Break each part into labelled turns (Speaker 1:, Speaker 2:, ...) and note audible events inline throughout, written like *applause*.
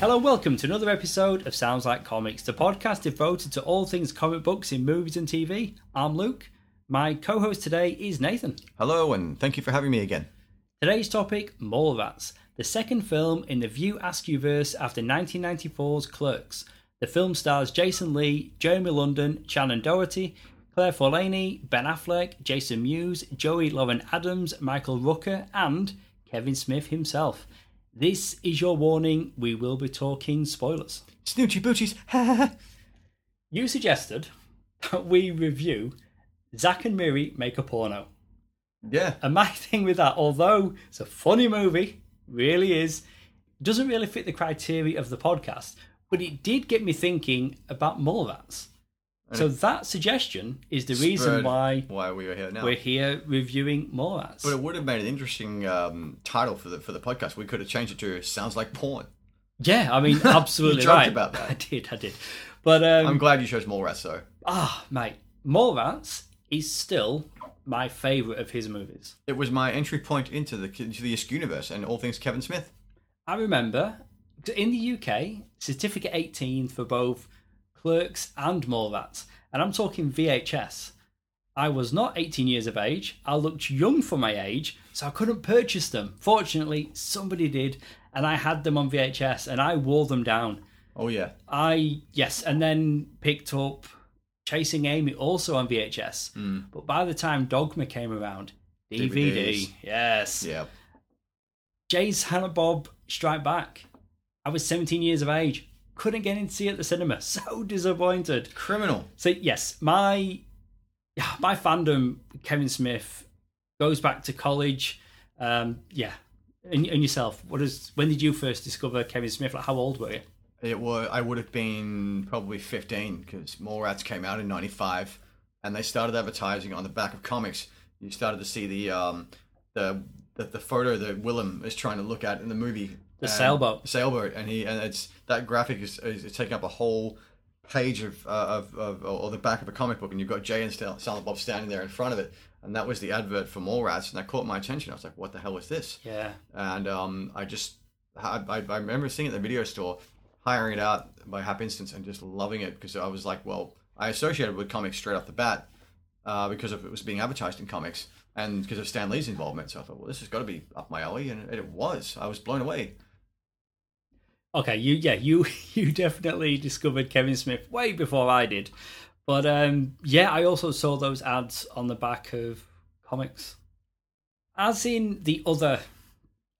Speaker 1: Hello, welcome to another episode of Sounds Like Comics, the podcast devoted to all things comic books in movies and TV. I'm Luke. My co host today is Nathan.
Speaker 2: Hello, and thank you for having me again.
Speaker 1: Today's topic Mole Rats, the second film in the View Askewverse after 1994's Clerks. The film stars Jason Lee, Jeremy London, Shannon Doherty, Claire Forlaney, Ben Affleck, Jason Mewes, Joey Lauren Adams, Michael Rooker, and Kevin Smith himself. This is your warning. We will be talking spoilers.
Speaker 2: Snoochie boochies. *laughs* ha, ha, ha.
Speaker 1: You suggested that we review Zack and Miri Make a Porno.
Speaker 2: yeah.
Speaker 1: And my *laughs* thing with that, although it's a funny movie, really is, doesn't really fit the criteria of the podcast, but it did get me thinking about mole rats. So that suggestion is the reason
Speaker 2: Spurred
Speaker 1: why
Speaker 2: why we were here now.
Speaker 1: we're here reviewing mole rats.
Speaker 2: But it would have made an interesting um, title for the for the podcast. We could have changed it to "Sounds Like Porn."
Speaker 1: Yeah, I
Speaker 2: *laughs*
Speaker 1: mean, absolutely
Speaker 2: joked
Speaker 1: right.
Speaker 2: about
Speaker 1: *laughs*
Speaker 2: that.
Speaker 1: I did, I did. But um,
Speaker 2: I'm glad you chose Mole Rats, though.
Speaker 1: Ah, mate, Morats is still my favourite of his movies.
Speaker 2: It was my entry point into the into the Isk universe and all things Kevin Smith.
Speaker 1: I remember in the UK, certificate 18 for both Clerks and Morats, and I'm talking VHS. I was not 18 years of age. I looked young for my age, so I couldn't purchase them. Fortunately, somebody did, and I had them on VHS, and I wore them down.
Speaker 2: Oh yeah,
Speaker 1: I yes, and then picked up Chasing Amy also on VHS. But by the time Dogma came around, DVD,
Speaker 2: DVDs.
Speaker 1: yes,
Speaker 2: yeah.
Speaker 1: Jay's Hannah Bob Strike Back. I was 17 years of age, couldn't get in to see it at the cinema. *laughs* So disappointed.
Speaker 2: Criminal.
Speaker 1: So yes, my my fandom Kevin Smith goes back to college. Um, yeah, and, and yourself. What is when did you first discover Kevin Smith? Like how old were you?
Speaker 2: It was. I would have been probably 15 because Mole Rats came out in '95, and they started advertising on the back of comics. You started to see the um, the, the the photo that Willem is trying to look at in the movie.
Speaker 1: The
Speaker 2: and-
Speaker 1: sailboat.
Speaker 2: Sailboat, and he and it's that graphic is, is, taking up a whole page of, uh, of of or the back of a comic book, and you've got Jay and Sal- Silent Bob standing there in front of it, and that was the advert for Mole Rats, and that caught my attention. I was like, "What the hell is this?"
Speaker 1: Yeah.
Speaker 2: and um, I just I, I I remember seeing it at the video store, hiring it out by happenstance and just loving it because I was like, well, I associated with comics straight off the bat uh, because of it was being advertised in comics and because of Stan Lee's involvement. So I thought, well, this has got to be up my alley, and it, it was. I was blown away.
Speaker 1: Okay, you yeah, you *laughs* you definitely discovered Kevin Smith way before I did. But um yeah, I also saw those ads on the back of comics. As in the other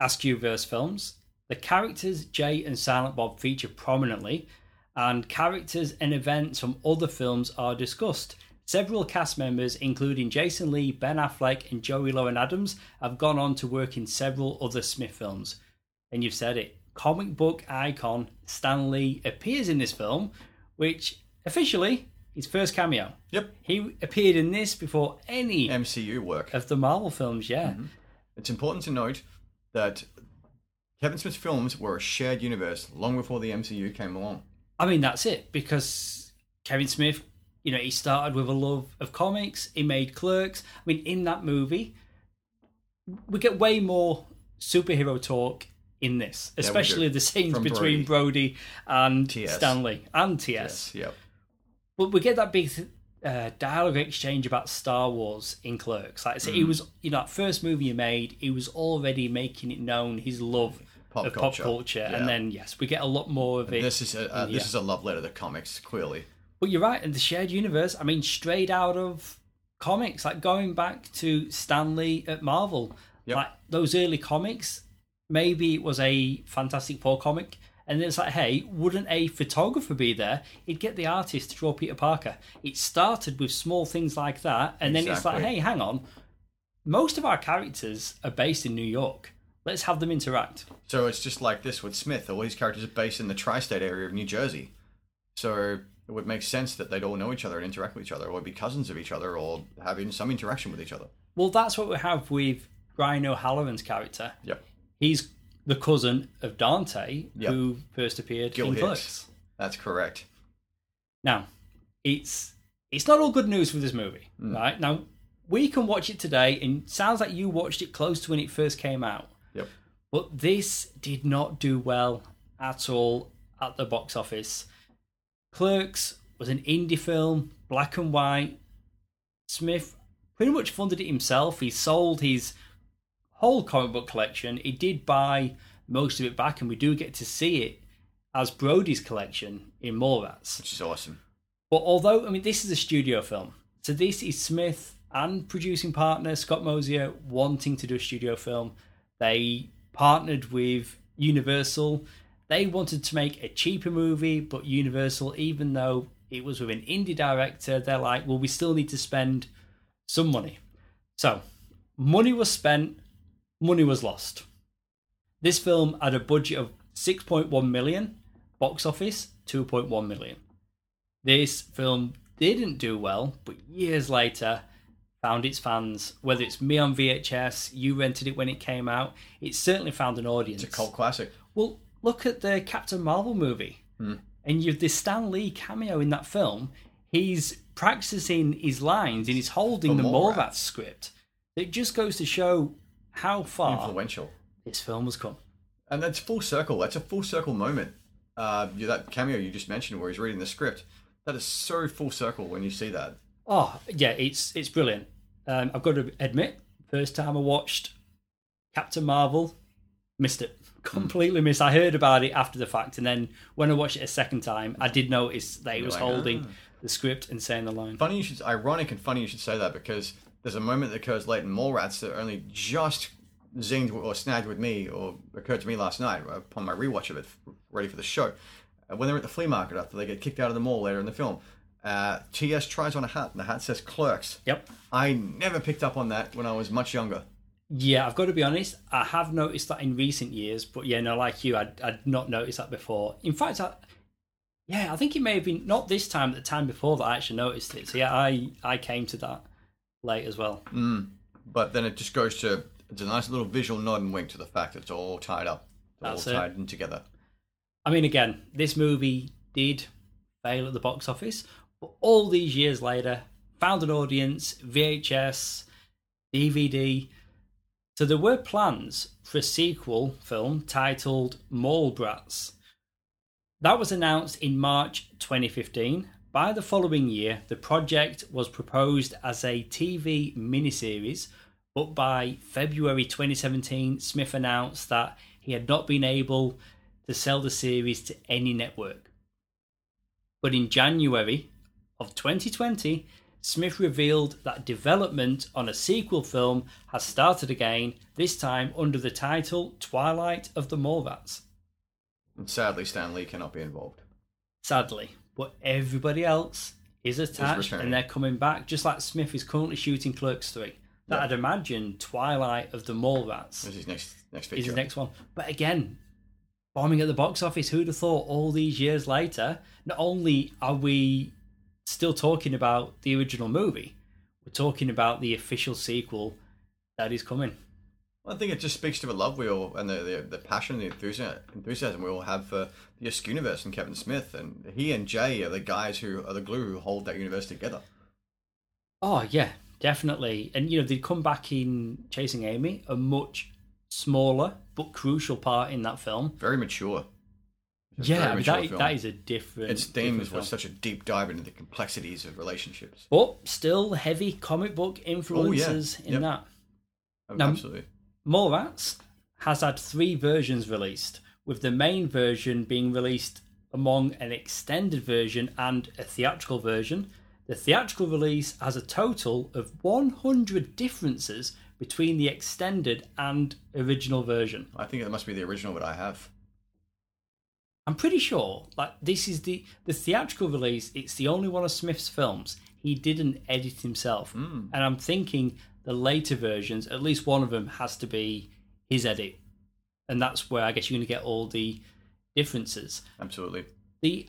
Speaker 1: Askewverse films, the characters Jay and Silent Bob feature prominently, and characters and events from other films are discussed. Several cast members, including Jason Lee, Ben Affleck, and Joey Lauren Adams, have gone on to work in several other Smith films and you've said it. Comic book icon Stan Lee appears in this film, which officially his first cameo.
Speaker 2: Yep,
Speaker 1: He appeared in this before any
Speaker 2: MCU work.
Speaker 1: of the Marvel films. Yeah,
Speaker 2: Mm-hmm. It's important to note that Kevin Smith's films were a shared universe long before the MCU came along.
Speaker 1: I mean that's it because Kevin Smith, you know, he started with a love of comics. He made Clerks. I mean, in that movie, we get way more superhero talk in this,
Speaker 2: we do.
Speaker 1: especially the scenes
Speaker 2: From
Speaker 1: between Brody,
Speaker 2: Brody.
Speaker 1: and
Speaker 2: TS.
Speaker 1: Stanley and TS.
Speaker 2: Yep.
Speaker 1: But we get that big uh, dialogue exchange about Star Wars in Clerks. Like, so
Speaker 2: Mm.
Speaker 1: he was, you know, that first movie he made, he was already making it known his love
Speaker 2: Pop
Speaker 1: of
Speaker 2: culture.
Speaker 1: pop culture.
Speaker 2: Yeah.
Speaker 1: And then, yes, we get a lot more of it.
Speaker 2: This is a, uh,
Speaker 1: Yeah.
Speaker 2: this is a love letter to comics, clearly.
Speaker 1: But you're right, in the shared universe, I mean, straight out of comics, like going back to Stanley at Marvel,
Speaker 2: Yep.
Speaker 1: like those early comics, maybe it was a Fantastic Four comic. And it's like, hey, wouldn't a photographer be there? He'd get the artist to draw Peter Parker. It started with small things like that. And then it's like,
Speaker 2: Exactly.
Speaker 1: hey, hang on. Most of our characters are based in New York. Let's have them interact.
Speaker 2: So it's just like this with Smith. All these characters are based in the tri-state area of New Jersey, so it would make sense that they'd all know each other and interact with each other, or be cousins of each other, or having some interaction with each other.
Speaker 1: Well, that's what we have with Ryan O'Halloran's character.
Speaker 2: Yep.
Speaker 1: he's the cousin of Dante,
Speaker 2: Yep.
Speaker 1: who first appeared
Speaker 2: Gil
Speaker 1: in
Speaker 2: Hicks.
Speaker 1: Clerks.
Speaker 2: That's correct.
Speaker 1: Now, it's it's not all good news for this movie, right? Now, we can watch it today, and it sounds like you watched it close to when it first came out.
Speaker 2: Yep.
Speaker 1: But this did not do well at all at the box office. Clerks was an indie film, black and white. Smith pretty much funded it himself. He sold his whole comic book collection. He did buy most of it back, and we do get to see it as Brody's collection in Mallrats.
Speaker 2: Which is awesome.
Speaker 1: But although, I mean, this is a studio film. So this is Smith and producing partner Scott Mosier wanting to do a studio film. They partnered with Universal. They wanted to make a cheaper movie, but Universal, even though it was with an indie director, they're like, well, we still need to spend some money. So money was spent, money was lost. This film had a budget of 6.1 million, box office 2.1 million this film didn't do well, but years later found its fans. Whether it's me on VHS, you rented it when it came out, it certainly found an audience.
Speaker 2: It's a cult classic.
Speaker 1: Well, look at the Captain Marvel movie,
Speaker 2: Hmm.
Speaker 1: and you've this Stan Lee cameo in that film. He's practicing his lines and he's holding
Speaker 2: For
Speaker 1: the
Speaker 2: Mallrats.
Speaker 1: Morvat script. It just goes to show how far
Speaker 2: Influential.
Speaker 1: this film has come.
Speaker 2: And that's full circle. That's a full circle moment. Uh, you- that cameo you just mentioned where he's reading the script. That is so full circle when you see that.
Speaker 1: Oh yeah, it's it's brilliant. Um, I've got to admit, first time I watched Captain Marvel, missed it
Speaker 2: Hmm.
Speaker 1: completely. Missed. I heard about it after the fact, and then when I watched it a second time, I did notice that it was
Speaker 2: like, "Ah."
Speaker 1: holding the script and saying the line.
Speaker 2: Funny you should, ironic and funny you should say that because there's a moment that occurs late in Mallrats that only just zinged or snagged with me or occurred to me last night upon my rewatch of it, ready for the show. Uh, When they're at the flea market after they get kicked out of the mall later in the film, uh, T.S. tries on a hat and the hat says clerks.
Speaker 1: Yep.
Speaker 2: I never picked up on that when I was much younger.
Speaker 1: Yeah, I've got to be honest. I have noticed that in recent years, but yeah, no, like you, I'd, I'd not noticed that before. In fact, I, yeah, I think it may have been not this time, but the time before that I actually noticed it. So yeah, I I came to that late as well.
Speaker 2: But then it just goes to it's a nice little visual nod and wink to the fact that it's all tied up, it's
Speaker 1: That's
Speaker 2: all
Speaker 1: it.
Speaker 2: tied in together.
Speaker 1: I mean, again, this movie did fail at the box office, but all these years later, found an audience, VHS, DVD. So there were plans for a sequel film titled Mall Brats. That was announced in March 2015. By the following year, the project was proposed as a TV miniseries, but by February 2017, Smith announced that he had not been able to sell the series to any network. But in January of 2020, Smith revealed that development on a sequel film has started again, this time under the title Twilight of the Morvats.
Speaker 2: And sadly, Stan Lee cannot be involved.
Speaker 1: Sadly, but everybody else is attached
Speaker 2: returning.
Speaker 1: and they're coming back, just like Smith is currently shooting Clerks 3. That
Speaker 2: Yeah.
Speaker 1: I'd imagine Twilight of the Morvats
Speaker 2: This is his next next feature.
Speaker 1: is his next one. But again, bombing at the box office. Who'd have thought all these years later, not only are we still talking about the original movie, we're talking about the official sequel that is coming.
Speaker 2: I think it just speaks to the love we all and the the, the passion, the enthusiasm, enthusiasm we all have for the Usk universe and Kevin Smith, and he and Jay are the guys who are the glue who hold that universe together.
Speaker 1: Oh yeah, definitely. And you know, they'd come back in Chasing Amy, a much smaller but crucial part in that film.
Speaker 2: Very mature. It's a
Speaker 1: yeah, I
Speaker 2: very
Speaker 1: mean,
Speaker 2: mature
Speaker 1: that,
Speaker 2: film.
Speaker 1: that is a different.
Speaker 2: Its
Speaker 1: different
Speaker 2: themes
Speaker 1: film.
Speaker 2: was such a deep dive into the complexities of relationships.
Speaker 1: but still heavy comic book influences in
Speaker 2: Oh, Yep.
Speaker 1: that. Now-
Speaker 2: Absolutely.
Speaker 1: Morats has had three versions released, with the main version being released among an extended version and a theatrical version. The theatrical release has a total of 100 differences between the extended and original version.
Speaker 2: I think it must be the original that I have.
Speaker 1: I'm pretty sure like this is the the theatrical release. It's the only one of Smith's films he didn't edit himself, and I'm thinking the later versions, at least one of them, has to be his edit, and that's where I guess you're going to get all the differences.
Speaker 2: Absolutely.
Speaker 1: The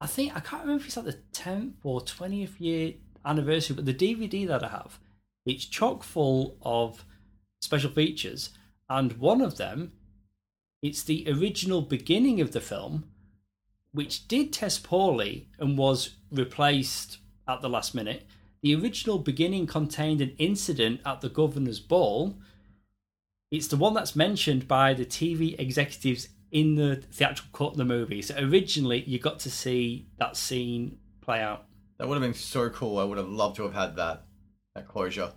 Speaker 1: I think I can't remember if it's like the 10th or 20th year anniversary, but the DVD that I have, it's chock full of special features, and one of them It's the original beginning of the film, which did test poorly and was replaced at the last minute. The original beginning contained an incident at the governor's ball. It's the one that's mentioned by the TV executives in the theatrical cut of the movie. So originally, you got to see that scene play out.
Speaker 2: That would have been so cool. I would have loved to have had that that closure.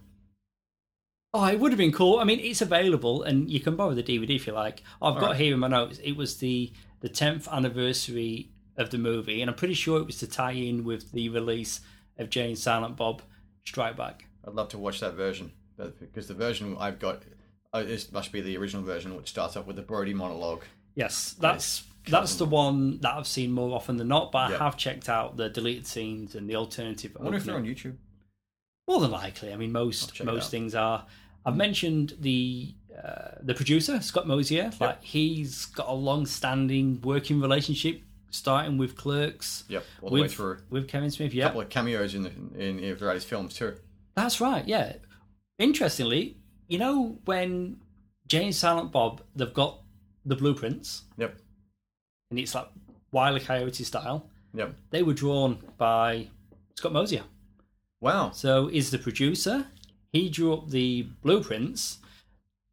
Speaker 1: Oh, it would have been cool. I mean, it's available, and you can borrow the DVD if you like. I've got
Speaker 2: right.
Speaker 1: here in my notes. It was the the tenth anniversary of the movie, and I'm pretty sure it was to tie in with the release of Jane Silent Bob Strike Back.
Speaker 2: I'd love to watch that version That- because the version I've got uh, this must be the original version, which starts off with the Brody monologue.
Speaker 1: Yes, that's that's the one that I've seen more often than not. But I
Speaker 2: Yeah.
Speaker 1: have checked out the deleted scenes and the alternative.
Speaker 2: I wonder if
Speaker 1: opening.
Speaker 2: they're on YouTube.
Speaker 1: More than likely, I mean, most
Speaker 2: check it
Speaker 1: most
Speaker 2: out.
Speaker 1: things are. I've mentioned the uh, the producer Scott Mosier. Like he's got a long-standing working relationship, starting with Clerks.
Speaker 2: Yep, all the
Speaker 1: with,
Speaker 2: way through.
Speaker 1: with Kevin Smith.
Speaker 2: A
Speaker 1: Yeah,
Speaker 2: couple of cameos in the, in, in throughout his films too.
Speaker 1: that's right. Yeah. Interestingly, you know when Jane Silent Bob they've got the blueprints
Speaker 2: Yep,
Speaker 1: and it's like Wile E. Coyote style.
Speaker 2: yep.
Speaker 1: They were drawn by Scott Mosier.
Speaker 2: Wow.
Speaker 1: So is the producer. He drew up the blueprints.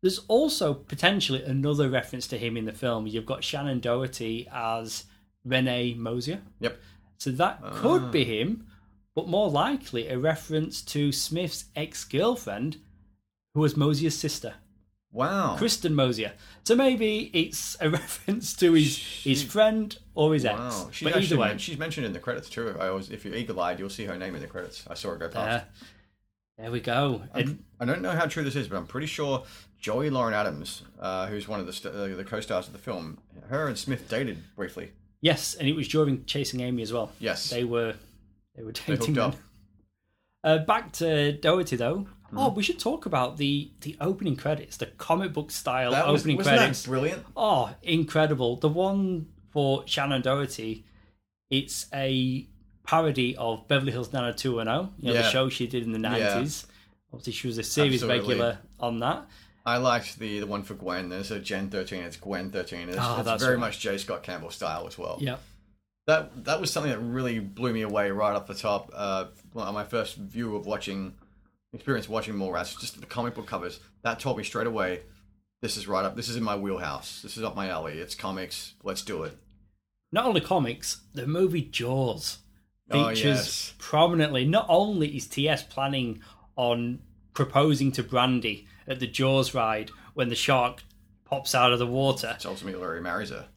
Speaker 1: There's also potentially another reference to him in the film. You've got Shannon Doherty as Renee Mosier.
Speaker 2: Yep.
Speaker 1: So that could
Speaker 2: Ah.
Speaker 1: be him, but more likely a reference to Smith's ex girlfriend, who was Mosier's sister,
Speaker 2: Wow.
Speaker 1: Kristen Mosier. So maybe it's a *laughs* reference to his, his friend or his
Speaker 2: Wow.
Speaker 1: ex.
Speaker 2: She's
Speaker 1: but either
Speaker 2: actually
Speaker 1: way.
Speaker 2: men- she's mentioned in the credits too. I always, if you're eagle-eyed, you'll see her name in the credits. I saw it go
Speaker 1: uh,
Speaker 2: past.
Speaker 1: there we go. And-
Speaker 2: I don't know how true this is, but I'm pretty sure Joey Lauren Adams, uh, who's one of the st- uh, the co-stars of the film, her and Smith dated briefly.
Speaker 1: Yes, and it was during Chasing Amy as well.
Speaker 2: Yes.
Speaker 1: they were they were dating.
Speaker 2: They hooked
Speaker 1: then.
Speaker 2: up.
Speaker 1: Uh, back to Doherty though.
Speaker 2: Hmm.
Speaker 1: Oh, we should talk about the the opening credits, the comic book style
Speaker 2: That was,
Speaker 1: opening
Speaker 2: wasn't
Speaker 1: credits.
Speaker 2: that brilliant?
Speaker 1: Oh, incredible! The one for Shannon Doherty, it's a parody of Beverly Hills 90210, you know, the
Speaker 2: Yeah.
Speaker 1: show she did in the 90s. Obviously, she was a series
Speaker 2: Absolutely.
Speaker 1: regular on that.
Speaker 2: I liked the the one for Gwen. There's a Gen 13. It's Gwen 13. It's,
Speaker 1: Ah,
Speaker 2: it's
Speaker 1: that's
Speaker 2: very
Speaker 1: right.
Speaker 2: much J. Scott Campbell style as well.
Speaker 1: Yeah.
Speaker 2: That that was something that really blew me away right off the top. Uh, on my first view of watching, experience watching more rats, just the comic book covers. That taught me straight away. This is right up. This is in my wheelhouse. This is up my alley. It's comics. Let's do it.
Speaker 1: not only comics, the movie Jaws
Speaker 2: Oh,
Speaker 1: features
Speaker 2: yes.
Speaker 1: prominently. Not only is TS planning on proposing to Brandy at the Jaws ride when the shark pops out of the water.
Speaker 2: It's ultimately Larry marries her.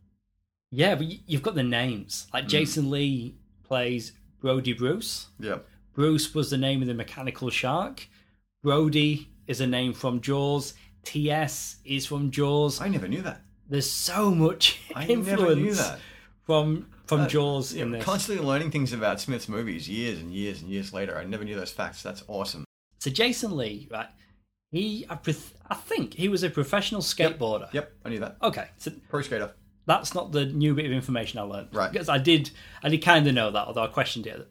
Speaker 1: Yeah, but y- you've got the names.
Speaker 2: Mm.
Speaker 1: Like Jason Lee plays Brody Bruce.
Speaker 2: Yeah.
Speaker 1: Bruce was the name of the mechanical shark. Brody is a name from Jaws. TS is from Jaws.
Speaker 2: I never knew that.
Speaker 1: There's so much
Speaker 2: I
Speaker 1: *laughs* influence
Speaker 2: never knew that.
Speaker 1: from from Jaws
Speaker 2: Yeah,
Speaker 1: in this.
Speaker 2: constantly learning things about Smith's movies years and years and years later. I never knew those facts. That's awesome.
Speaker 1: So Jason Lee, right? He, I, pref- I think he was a professional skateboarder.
Speaker 2: Yep, I knew that.
Speaker 1: Okay, so
Speaker 2: Pro skater.
Speaker 1: that's not the new bit of information I learned.
Speaker 2: Right.
Speaker 1: Because I did, I did kind of know that, although I questioned it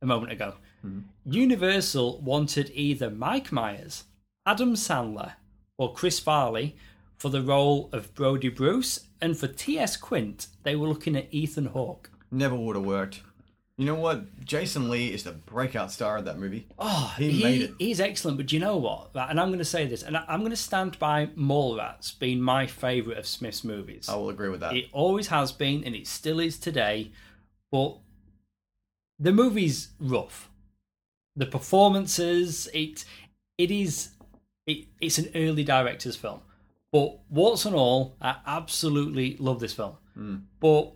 Speaker 1: a moment ago.
Speaker 2: Hmm.
Speaker 1: Universal wanted either Mike Myers, Adam Sandler, or Chris Farley for the role of Brody Bruce, and for T.S. Quint, they were looking at Ethan Hawke.
Speaker 2: Never would have worked. You know what? Jason Lee is the breakout star of that movie.
Speaker 1: Oh,
Speaker 2: He made it.
Speaker 1: He's excellent, but do you know what? Right, and I'm going to say this, and I- I'm going to stand by Mallrats being my favourite of Smith's movies.
Speaker 2: I will agree with that.
Speaker 1: It always has been, and it still is today. But the movie's rough. The performances, it it is it, it's an early director's film. But warts and all, I absolutely love this film.
Speaker 2: Hmm.
Speaker 1: But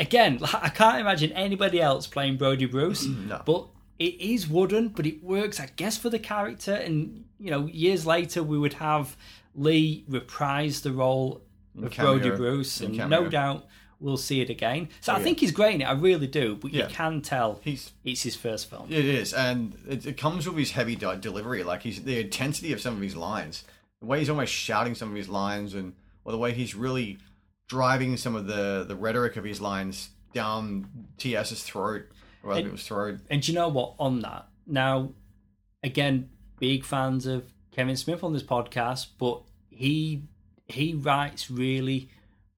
Speaker 1: again, *laughs* like, I can't imagine anybody else playing Brody Bruce.
Speaker 2: *clears throat* No.
Speaker 1: But it is wooden, but it works, I guess, for the character. And you know, years later, we would have Lee reprise the role of
Speaker 2: cameo.
Speaker 1: Brody Bruce,
Speaker 2: In
Speaker 1: and
Speaker 2: cameo. Oh,
Speaker 1: no doubt we'll see it again. So I think he's great in it. I really do. But
Speaker 2: Yeah.
Speaker 1: you can tell
Speaker 2: He's-
Speaker 1: it's his first film.
Speaker 2: It is, and it, it comes with his heavy de- delivery. Like he's the intensity of some of his lines, the way he's almost shouting some of his lines, and or the way he's really driving some of the the rhetoric of his lines down TS's throat or other people's throat.
Speaker 1: And do you know what? On that, now, again, big fans of Kevin Smith on this podcast, but he he writes really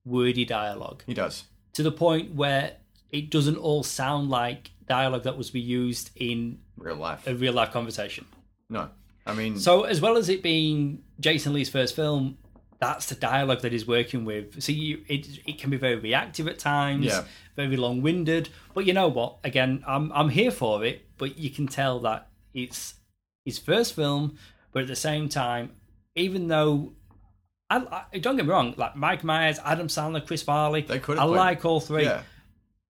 Speaker 1: wordy dialogue
Speaker 2: He does.
Speaker 1: to the point where it doesn't all sound like dialogue that was be used in
Speaker 2: Real life.
Speaker 1: a real life conversation.
Speaker 2: No. I mean,
Speaker 1: So, as well as it being Jason Lee's first film, that's the dialogue that he's working with. So, you, it it can be very reactive at times,
Speaker 2: Yeah.
Speaker 1: very long winded. But you know what? Again, I'm I'm here for it. But you can tell that it's his first film, but at the same time, even though. I, I, don't get me wrong, like Mike Myers, Adam Sandler, Chris Farley.
Speaker 2: They could've
Speaker 1: I
Speaker 2: played-
Speaker 1: like all three.
Speaker 2: yeah.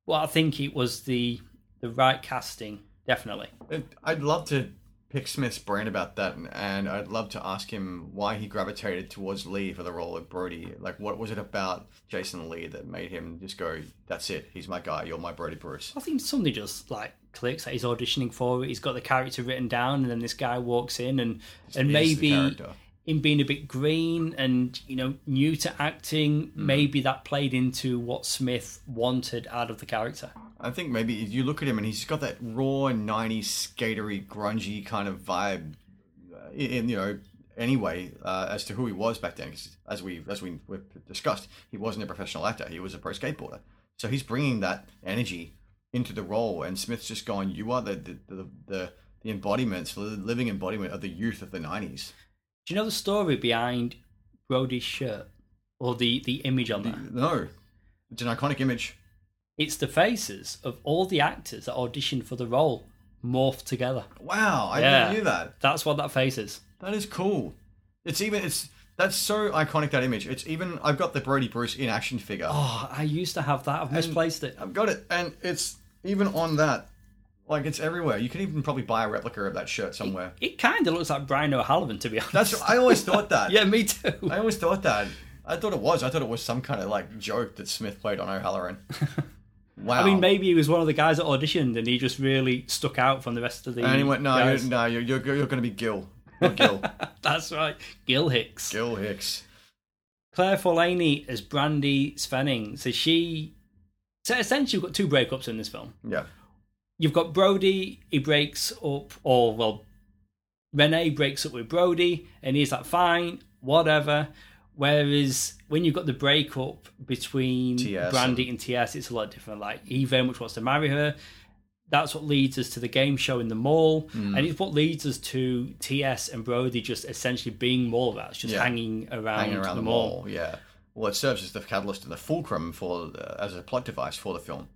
Speaker 1: Well, I think it was the the right casting, definitely.
Speaker 2: It- I'd love to pick Smith's brain about that, and, and I'd love to ask him why he gravitated towards Lee for the role of Brody. Like, what was it about Jason Lee that made him just go, "That's it, he's my guy, you're my Brody Bruce"?
Speaker 1: I think something just like clicks that he's auditioning for it. He's got the character written down, and then this guy walks in, and and
Speaker 2: is the
Speaker 1: maybe
Speaker 2: character.
Speaker 1: him being a bit green and you know new to acting,
Speaker 2: Mm.
Speaker 1: maybe that played into what Smith wanted out of the character.
Speaker 2: I think maybe if you look at him and he's got that raw '90s skatery, grungy kind of vibe. uh, In, in, you know, anyway, uh, as to who he was back then, 'cause as we as we we discussed, he wasn't a professional actor; he was a pro skateboarder. So he's bringing that energy into the role, and Smith's just going, "You are the the the, the, the embodiment, the living embodiment of the youth of the '90s."
Speaker 1: Do you know the story behind Brody's shirt or the the image on that?
Speaker 2: No, it's an iconic image.
Speaker 1: It's the faces of all the actors that auditioned for the role morphed together.
Speaker 2: Wow, I
Speaker 1: Yeah.
Speaker 2: never knew that.
Speaker 1: That's what that face is.
Speaker 2: That is cool. It's even it's that's so iconic that image. It's even I've got the Brody Bruce in action figure.
Speaker 1: Oh, I used to have that. I've misplaced it.
Speaker 2: I've got it, and it's even on that. Like it's everywhere. You can even probably buy a replica of that shirt somewhere.
Speaker 1: It kind of looks like Brian O'Halloran, to be honest.
Speaker 2: That's I always thought
Speaker 1: *laughs*
Speaker 2: that.
Speaker 1: Yeah, me too.
Speaker 2: I always thought that. I thought it was. I thought it was some kind of like joke that Smith played
Speaker 1: *laughs*
Speaker 2: on O'Halloran. Wow.
Speaker 1: I mean, maybe he was one of the guys that auditioned and he just really stuck out from the rest of the.
Speaker 2: And he went, no,
Speaker 1: guys.
Speaker 2: you're, no, you're, you're, you're going to be Gil. You're
Speaker 1: *laughs*
Speaker 2: Gil.
Speaker 1: That's right. Gil Hicks.
Speaker 2: Gil Hicks.
Speaker 1: Claire Forlaney as Brandy Svenning. So she. So essentially, you've got two breakups in this film.
Speaker 2: Yeah.
Speaker 1: You've got Brody, he breaks up, or, well, Renee breaks up with Brody, and he's like, fine, whatever. Whereas when you've got the breakup between
Speaker 2: TS
Speaker 1: Brandy and TS, it's a lot different. Like, he very much wants to marry her. That's what leads us to the game show in the mall.
Speaker 2: Mm.
Speaker 1: And it's what leads us to TS and Brody just essentially being mall rats, just
Speaker 2: Yeah.
Speaker 1: hanging around,
Speaker 2: hanging around
Speaker 1: the,
Speaker 2: the
Speaker 1: mall.
Speaker 2: mall. Yeah. Well, it serves as the catalyst and the fulcrum for uh, as a plot device for the film.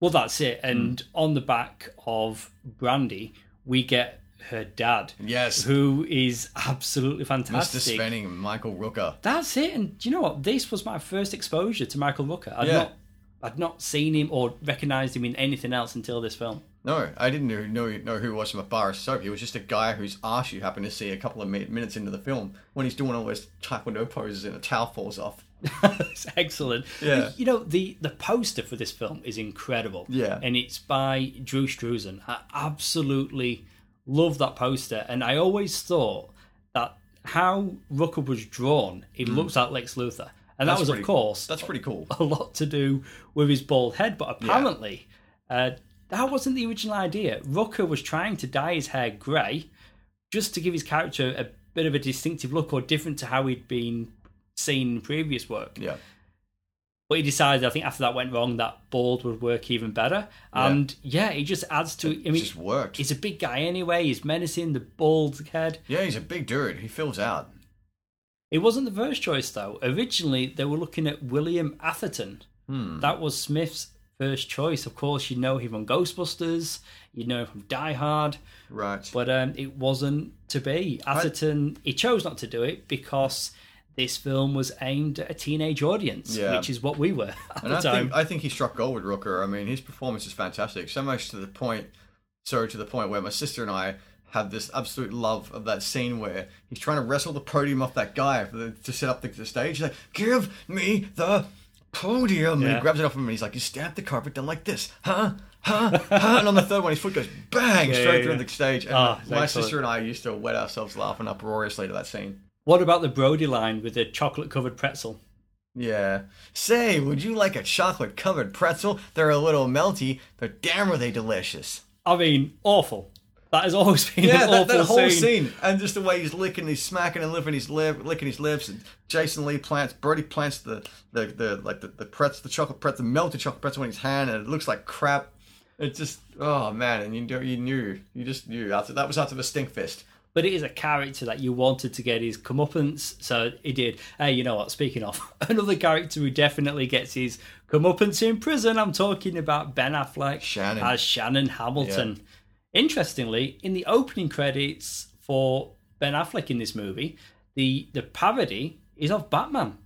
Speaker 1: Well, that's it.
Speaker 2: Hmm.
Speaker 1: And on the back of Brandy, we get her dad.
Speaker 2: Yes.
Speaker 1: who is absolutely
Speaker 2: Mr.
Speaker 1: fantastic.
Speaker 2: Svenning, Michael Rooker.
Speaker 1: That's it. And do you know what? This was my first exposure to Michael Rooker. I'd
Speaker 2: Yeah.
Speaker 1: not I'd not seen him or recognized him in anything else until this film.
Speaker 2: No, I didn't know, know, know who was from a bar of soap. He was just a guy whose arse you happen to see a couple of mi- minutes into the film when he's doing all those taekwondo poses and a towel falls off.
Speaker 1: *laughs* it's excellent.
Speaker 2: Yeah.
Speaker 1: You know, the the poster for this film is incredible.
Speaker 2: Yeah.
Speaker 1: And it's by Drew Struzan. I absolutely love that poster. And I always thought that how Rooker was drawn, it looks like Lex Luthor. And that
Speaker 2: Mm. That's
Speaker 1: was,
Speaker 2: pretty-
Speaker 1: of course, Oh.
Speaker 2: That's pretty cool.
Speaker 1: *laughs* a lot to do with his bald head, but apparently uh, that wasn't the original idea. Rucker was trying to dye his hair grey just to give his character a bit of a distinctive look or different to how he'd been seen in previous work.
Speaker 2: Yeah.
Speaker 1: But he decided, I think, after that went wrong, that bald would work even better. And yeah, it just adds to. I
Speaker 2: It
Speaker 1: mean,
Speaker 2: just worked.
Speaker 1: he's a big guy anyway. He's menacing the bald head.
Speaker 2: Yeah, he's a big dude. He fills out.
Speaker 1: It wasn't the first choice though. Originally, they were looking at William Atherton.
Speaker 2: Hmm.
Speaker 1: That was Smith's first choice. Of course, you know him from Ghostbusters. You know him from Die Hard,
Speaker 2: Right.
Speaker 1: but um, it wasn't to be. Atherton he chose not to do it because this film was aimed at a teenage audience,
Speaker 2: Yeah.
Speaker 1: which is what we were *laughs* at
Speaker 2: And
Speaker 1: the
Speaker 2: I
Speaker 1: time.
Speaker 2: think I think he struck gold with Rooker. I mean, his performance is fantastic. So much to the point, so to the point where my sister and I had this absolute love of that scene where he's trying to wrestle the podium off that guy for the, to set up the, the stage. He's like, "Give me the podium!" And
Speaker 1: Yeah.
Speaker 2: he grabs it off him and he's like, "You stamp the carpet down like this, huh?" Huh? huh? And on the third one, his foot goes bang straight
Speaker 1: yeah,
Speaker 2: through
Speaker 1: yeah.
Speaker 2: the stage. And
Speaker 1: Ah,
Speaker 2: my
Speaker 1: excellent.
Speaker 2: sister and I used to wet ourselves laughing uproariously to that scene.
Speaker 1: What about the Brody line with the chocolate covered pretzel?
Speaker 2: Yeah. Say, would you like a chocolate covered pretzel? They're a little melty, but damn are they delicious.
Speaker 1: I mean, awful. That has *laughs* always been
Speaker 2: Yeah,
Speaker 1: an
Speaker 2: that,
Speaker 1: awful
Speaker 2: that whole
Speaker 1: scene.
Speaker 2: scene. and just the way he's licking, he's smacking and licking his lip, licking his lips. And Jason Lee plants, Brody plants the the, the like the, the pretz, the chocolate pretzel, the melted chocolate pretzel in his hand, and it looks like crap. It just, oh man, and you know, you knew, you just knew after that was after the stink fist.
Speaker 1: But it is a character that you wanted to get his comeuppance, so it did. Hey, you know what? Speaking of *laughs* another character who definitely gets his comeuppance in prison, I'm talking about Ben Affleck
Speaker 2: Shannon.
Speaker 1: as Shannon Hamilton. Interestingly, in the opening credits for Ben Affleck in this movie, the the parody is of Batman.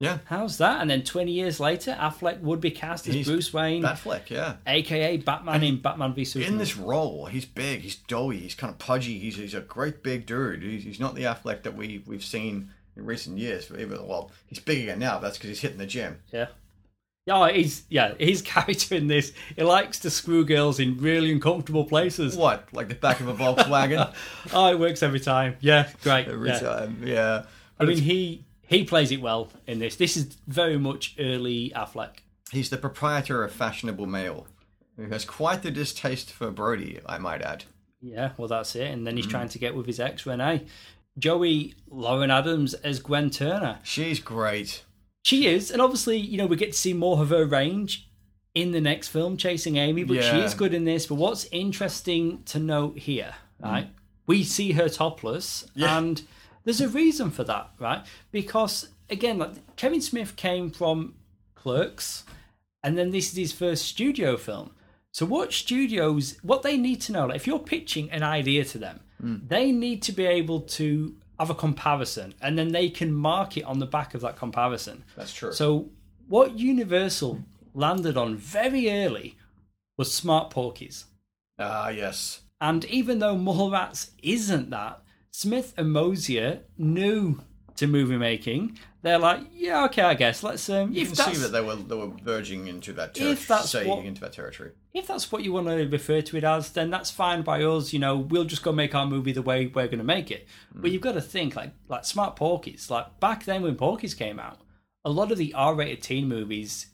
Speaker 2: Yeah,
Speaker 1: How's that? And then 20 years later, Affleck would be cast as
Speaker 2: He's
Speaker 1: Bruce Wayne,
Speaker 2: that flick, yeah.
Speaker 1: aka Batman in Batman v Superman.
Speaker 2: In this role, he's big, he's doughy, he's kind of pudgy, he's, he's a great big dude. He's, he's not the Affleck that we we've seen in recent years. But even, well, he's big again now. but That's because he's hitting the gym.
Speaker 1: Yeah. Yeah, he's yeah, his *laughs* character in this, he likes to screw girls in really uncomfortable places.
Speaker 2: What, like the back of a Volkswagen?
Speaker 1: *laughs* Oh, it works every time. Yeah, great.
Speaker 2: Every
Speaker 1: yeah.
Speaker 2: time, yeah.
Speaker 1: I mean he he plays it well in this. This is very much early Affleck.
Speaker 2: He's the proprietor of Fashionable Mail, who has quite the distaste for Brody, I might add.
Speaker 1: Yeah, well that's it. And then
Speaker 2: Mm.
Speaker 1: he's trying to get with his ex Renee. Joey Lauren Adams as Gwen Turner.
Speaker 2: She's great.
Speaker 1: She is, and obviously, you know, we get to see more of her range in the next film, Chasing Amy, but she
Speaker 2: Yeah.
Speaker 1: is good in this. But what's interesting to note here, right? We see her topless,
Speaker 2: Mm. Yeah.
Speaker 1: and there's a reason for that, right? Because again, like Kevin Smith came from Clerks, and then this is his first studio film. So what studios what they need to know, like if you're pitching an idea to them,
Speaker 2: Hmm.
Speaker 1: they need to be able to have a comparison and then they can mark it on the back of that comparison.
Speaker 2: That's true.
Speaker 1: So what Universal landed on very early was smart porkies.
Speaker 2: Ah, yes.
Speaker 1: And even though Mallrats isn't that, Smith and Mosier knew to movie making. They're like, yeah, okay, I guess let's um,
Speaker 2: You
Speaker 1: if
Speaker 2: can
Speaker 1: that's
Speaker 2: see that they were they were verging into that territory.
Speaker 1: If that's
Speaker 2: say,
Speaker 1: what-
Speaker 2: into that territory.
Speaker 1: if that's what you want to refer to it as, then that's fine by us. You know, we'll just go make our movie the way we're going to make it.
Speaker 2: Mm.
Speaker 1: But you've got to think like like smart Porkies. Like back then when Porkies came out, a lot of the R-rated teen movies,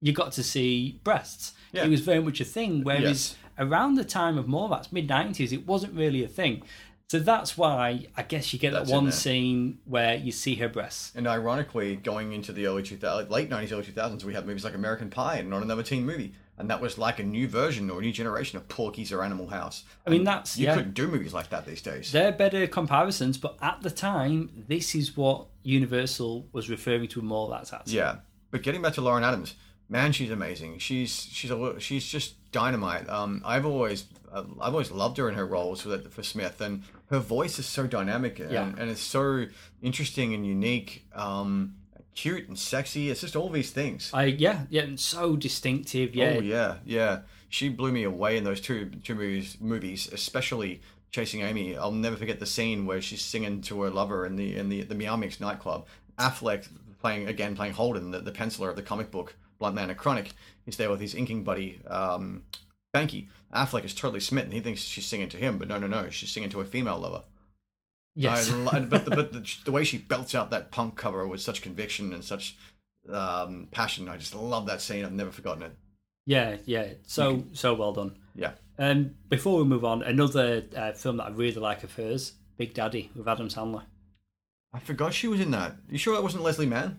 Speaker 1: you got to see breasts.
Speaker 2: Yeah.
Speaker 1: It was very much a thing. Whereas
Speaker 2: Yes.
Speaker 1: around the time of Morvats, mid '90s, it wasn't really a thing. So that's why I guess you get
Speaker 2: That's
Speaker 1: that
Speaker 2: in
Speaker 1: one
Speaker 2: there.
Speaker 1: scene where you see her breasts.
Speaker 2: And ironically, going into the early 2000s, late 90s, early 2000s, we had movies like American Pie and Not Another Teen Movie. And that was like a new version or a new generation of Porky's or Animal House.
Speaker 1: I mean, that's
Speaker 2: You
Speaker 1: yeah.
Speaker 2: couldn't do movies like that these days.
Speaker 1: They're better comparisons, but at the time, this is what Universal was referring to more that as.
Speaker 2: Yeah, but getting back to Lauren Adams, man, she's amazing. She's she's a lo- she's just dynamite. Um, I've always uh, I've always loved her in her roles for for Smith, and her voice is so dynamic and,
Speaker 1: Yeah.
Speaker 2: and it's so interesting and unique, um, cute and sexy. It's just all these things.
Speaker 1: I yeah, yeah, and so distinctive. Yeah,
Speaker 2: Oh yeah, yeah. She blew me away in those two two movies, movies, especially Chasing Amy. I'll never forget the scene where she's singing to her lover in the in the the Meow Mix nightclub. Affleck playing again, playing Holden, the, the penciler of the comic book Blunt Man and Chronic, is there with his inking buddy um, Banky. Affleck is totally smitten. He thinks she's singing to him, but no, no, no. She's singing to a female lover.
Speaker 1: yes,
Speaker 2: I lo- but the, but the, the way she belts out that punk cover with such conviction and such um, passion, I just love that scene. I've never forgotten it.
Speaker 1: *laughs* yeah, yeah. So so well done.
Speaker 2: Yeah.
Speaker 1: Um, before we move on, another uh, film that I really like of hers, Big Daddy with Adam Sandler.
Speaker 2: I forgot she was in that. You sure that wasn't Leslie Mann?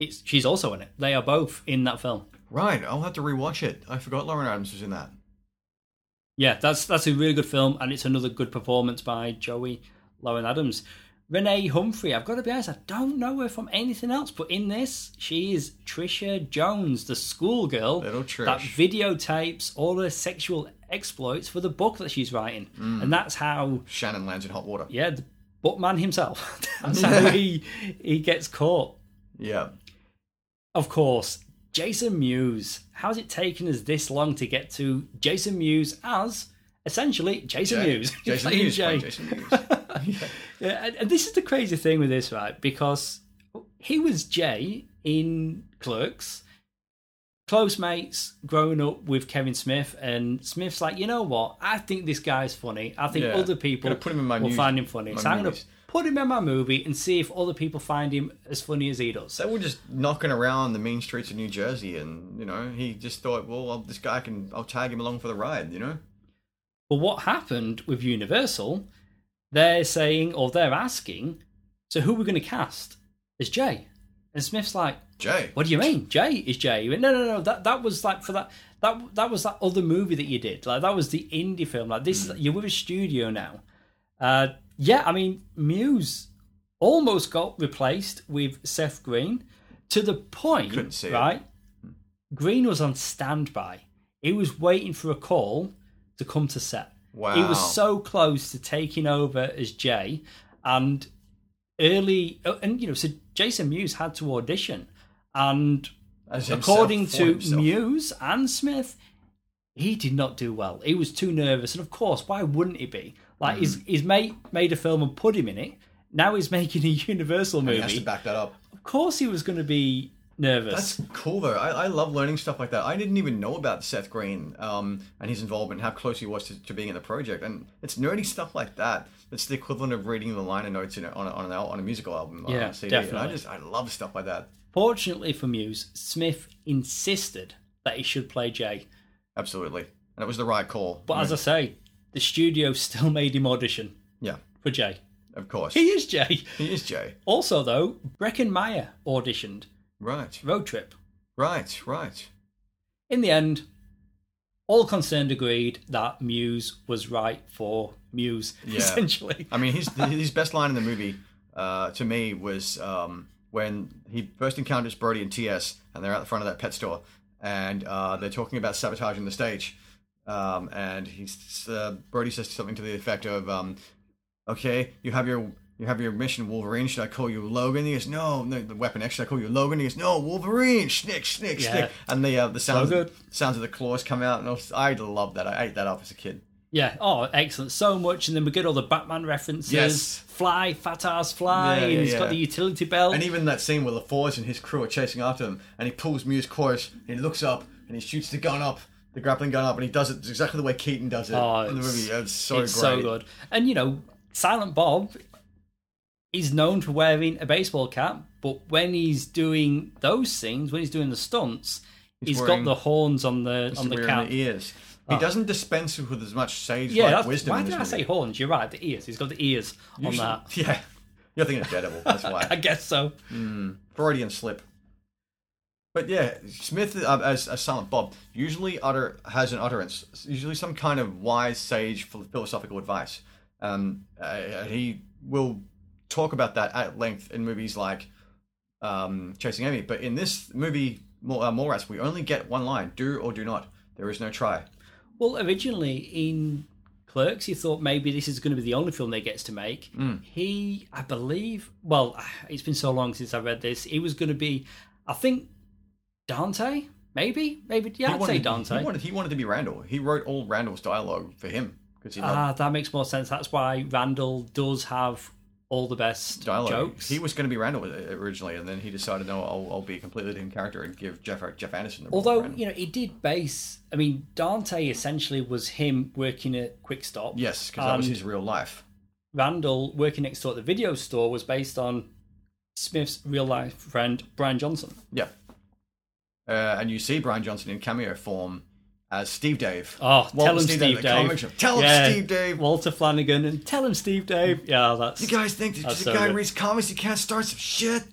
Speaker 1: It's she's also in it. They are both in that film.
Speaker 2: Right, I'll have to rewatch it. I forgot Lauren Adams was in that.
Speaker 1: Yeah, that's that's a really good film, and it's another good performance by Joey Lauren Adams. Renee Humphrey, I've got to be honest, I don't know her from anything else, but in this, she is Trisha Jones, the schoolgirl
Speaker 2: Little Trish.
Speaker 1: that videotapes all her sexual exploits for the book that she's writing.
Speaker 2: Mm.
Speaker 1: And that's how,
Speaker 2: Shannon lands in hot water.
Speaker 1: yeah, the Buttman himself, *laughs* that's
Speaker 2: *laughs*
Speaker 1: how he, he gets caught.
Speaker 2: Yeah.
Speaker 1: Of course, Jason Mewes. How's it taken us this long to get to Jason Mewes as essentially Jason
Speaker 2: Jay-
Speaker 1: Mewes? *laughs*
Speaker 2: Jason
Speaker 1: Playing
Speaker 2: Hughes.
Speaker 1: Jay.
Speaker 2: playing Jason Hughes. Yeah.
Speaker 1: Yeah, and, and this is the crazy thing with this, right? Because he was Jay in Clerks, close mates, growing up with Kevin Smith, and Smith's like, you know what? I think this guy's funny. I think
Speaker 2: Yeah.
Speaker 1: other people
Speaker 2: Gonna put him in my
Speaker 1: will
Speaker 2: mu-
Speaker 1: find him funny,
Speaker 2: my
Speaker 1: so I'm going to
Speaker 2: movies."
Speaker 1: put him in my movie and see if other people find him as funny as he does.
Speaker 2: They were just knocking around the mean streets of New Jersey, and you know, he just thought, well, I'll, this guy can, I'll tag him along for the ride, you know.
Speaker 1: But what happened with Universal, they're saying or they're asking, so who are we going to cast as Jay? And Smith's like,
Speaker 2: Jay.
Speaker 1: what do you mean? Jay is Jay. He went, no, no, no. That that was like for that that that was that other movie that you did. Like that was the indie film. Like this,
Speaker 2: Hmm.
Speaker 1: is you're with a studio now. Uh, yeah, I mean, Muse almost got replaced with Seth Green to the point,
Speaker 2: Couldn't see it. Hmm.
Speaker 1: right? Green was on standby. He was waiting for a call to come to set. He
Speaker 2: Wow.
Speaker 1: was so close to taking over as Jay, and early, oh, and you know, so Jason Mewes had to audition, and
Speaker 2: As himself,
Speaker 1: according
Speaker 2: for
Speaker 1: to
Speaker 2: himself.
Speaker 1: Mewes and Smith, he did not do well. He was too nervous, and of course, why wouldn't he be? Like his
Speaker 2: Mm.
Speaker 1: his mate made a film and put him in it. Now he's *laughs* making a Universal
Speaker 2: He has to
Speaker 1: movie.
Speaker 2: back that up.
Speaker 1: Of course, he was going to be nervous.
Speaker 2: That's cool though. I, I love learning stuff like that. I didn't even know about Seth Green um, and his involvement, how close he was to, to being in the project, and it's nerdy stuff like that. It's the equivalent of reading the liner notes in a, on, a, on, an, al- on a musical album. on
Speaker 1: Yeah,
Speaker 2: a CD. And
Speaker 1: definitely.
Speaker 2: I just I love stuff like that.
Speaker 1: Fortunately for Mewes, Smith insisted that he should play Jay.
Speaker 2: Absolutely, and it was the right call.
Speaker 1: But as I say, the studio still *laughs* made him audition
Speaker 2: yeah,
Speaker 1: for Jay.
Speaker 2: of course.
Speaker 1: He
Speaker 2: He,
Speaker 1: is Jay.
Speaker 2: is Jay.
Speaker 1: Also, though, Brecken Meyer auditioned
Speaker 2: Right,
Speaker 1: Road Trip.
Speaker 2: right, right.
Speaker 1: In the end, all concerned agreed that Muse was right for Muse, *laughs*
Speaker 2: Yeah.
Speaker 1: essentially.
Speaker 2: I mean, his his best line in the movie uh, to me was um, when he first encounters Brody and TS, and they're out the front of that pet store, and uh, they're talking about sabotaging the stage, um, and he's uh, Brody says something to the effect of, um, "Okay, you have your." You have your mission, Wolverine. Should I call you Logan? He goes, no. no the Weapon X. Should I call you Logan? He goes, no. Wolverine. Snick, snick,
Speaker 1: Yeah.
Speaker 2: snick. And the uh, the sounds
Speaker 1: good.
Speaker 2: sounds of the claws come out, and I, was, I love that. I ate that up as a kid.
Speaker 1: Yeah. Oh, excellent. So much. And then we get all the Batman references.
Speaker 2: Yes.
Speaker 1: Fly, fat ass fly.
Speaker 2: Yeah, yeah,
Speaker 1: and he's got
Speaker 2: yeah.
Speaker 1: the utility belt.
Speaker 2: And even that scene where LaForge and his crew are chasing after him, and he pulls Mew's chorus, and he looks up, and he shoots the gun up, the grappling gun up, and he does it exactly the way Keaton does it
Speaker 1: Oh,
Speaker 2: in the
Speaker 1: it's-
Speaker 2: movie. It's so
Speaker 1: it's
Speaker 2: great.
Speaker 1: so good. And you know, Silent Bob is known for wearing a baseball cap, but when he's doing those scenes, when he's doing the stunts, he's got
Speaker 2: wearing-
Speaker 1: the horns on the on
Speaker 2: We're
Speaker 1: the
Speaker 2: in
Speaker 1: cap.
Speaker 2: the ears. He doesn't dispense with as much sage
Speaker 1: yeah,
Speaker 2: like
Speaker 1: that's,
Speaker 2: wisdom.
Speaker 1: why
Speaker 2: in
Speaker 1: did
Speaker 2: this
Speaker 1: I say
Speaker 2: movie.
Speaker 1: horns? You're right, the ears. He's got the ears on
Speaker 2: Usually-
Speaker 1: that.
Speaker 2: *laughs* Yeah. You're thinking of Daredevil.
Speaker 1: *laughs*
Speaker 2: That's why.
Speaker 1: I guess so.
Speaker 2: Freudian slip. But yeah, Smith uh, as, as Silent Bob usually utter has an utterance, usually some kind of wise sage phil- philosophical advice. Um, uh, and he will talk about that at length in movies like um, Chasing Amy. But in this movie, Mor- uh, Mallrats, we only get one line: "Do or do not." There is no try.
Speaker 1: Well, originally in Clerks, he thought maybe this is going to be the only film they gets to make.
Speaker 2: Hmm.
Speaker 1: He, I believe, well, *sighs* it's been so long since I read this. He was going to be, I think, Dante, maybe, maybe. Yeah, I'd say
Speaker 2: He
Speaker 1: Dante.
Speaker 2: wanted, he wanted to be Randall. He wrote all Randall's dialogue for him because he loved
Speaker 1: Ah, that makes more sense. That's why Randall does have all the best
Speaker 2: dialogue.
Speaker 1: jokes.
Speaker 2: He was going to be Randall uh, originally, and then he decided, no, I'll, I'll be a completely different character and give Jeff uh, Jeff Anderson the role. of
Speaker 1: Although
Speaker 2: Randall.
Speaker 1: you know, he did base. I mean, Dante essentially was him working at Quick Stop.
Speaker 2: yes, because that was
Speaker 1: and-
Speaker 2: his real life.
Speaker 1: Randall working next door at the video store was based on Smith's real life friend Brian Johnson.
Speaker 2: Yeah, uh, and you see Brian Johnson in cameo form as Steve Dave.
Speaker 1: Oh,
Speaker 2: Walt
Speaker 1: tell
Speaker 2: and
Speaker 1: him Steve,
Speaker 2: the
Speaker 1: Dave.
Speaker 2: comic strip. Tell
Speaker 1: Yeah,
Speaker 2: him Steve Dave. Mm.
Speaker 1: Walter Flanagan and tell him Steve Dave. Yeah, that's.
Speaker 2: you guys think that
Speaker 1: That's
Speaker 2: just
Speaker 1: so
Speaker 2: a guy
Speaker 1: good.
Speaker 2: reads comics, he can't start some shit?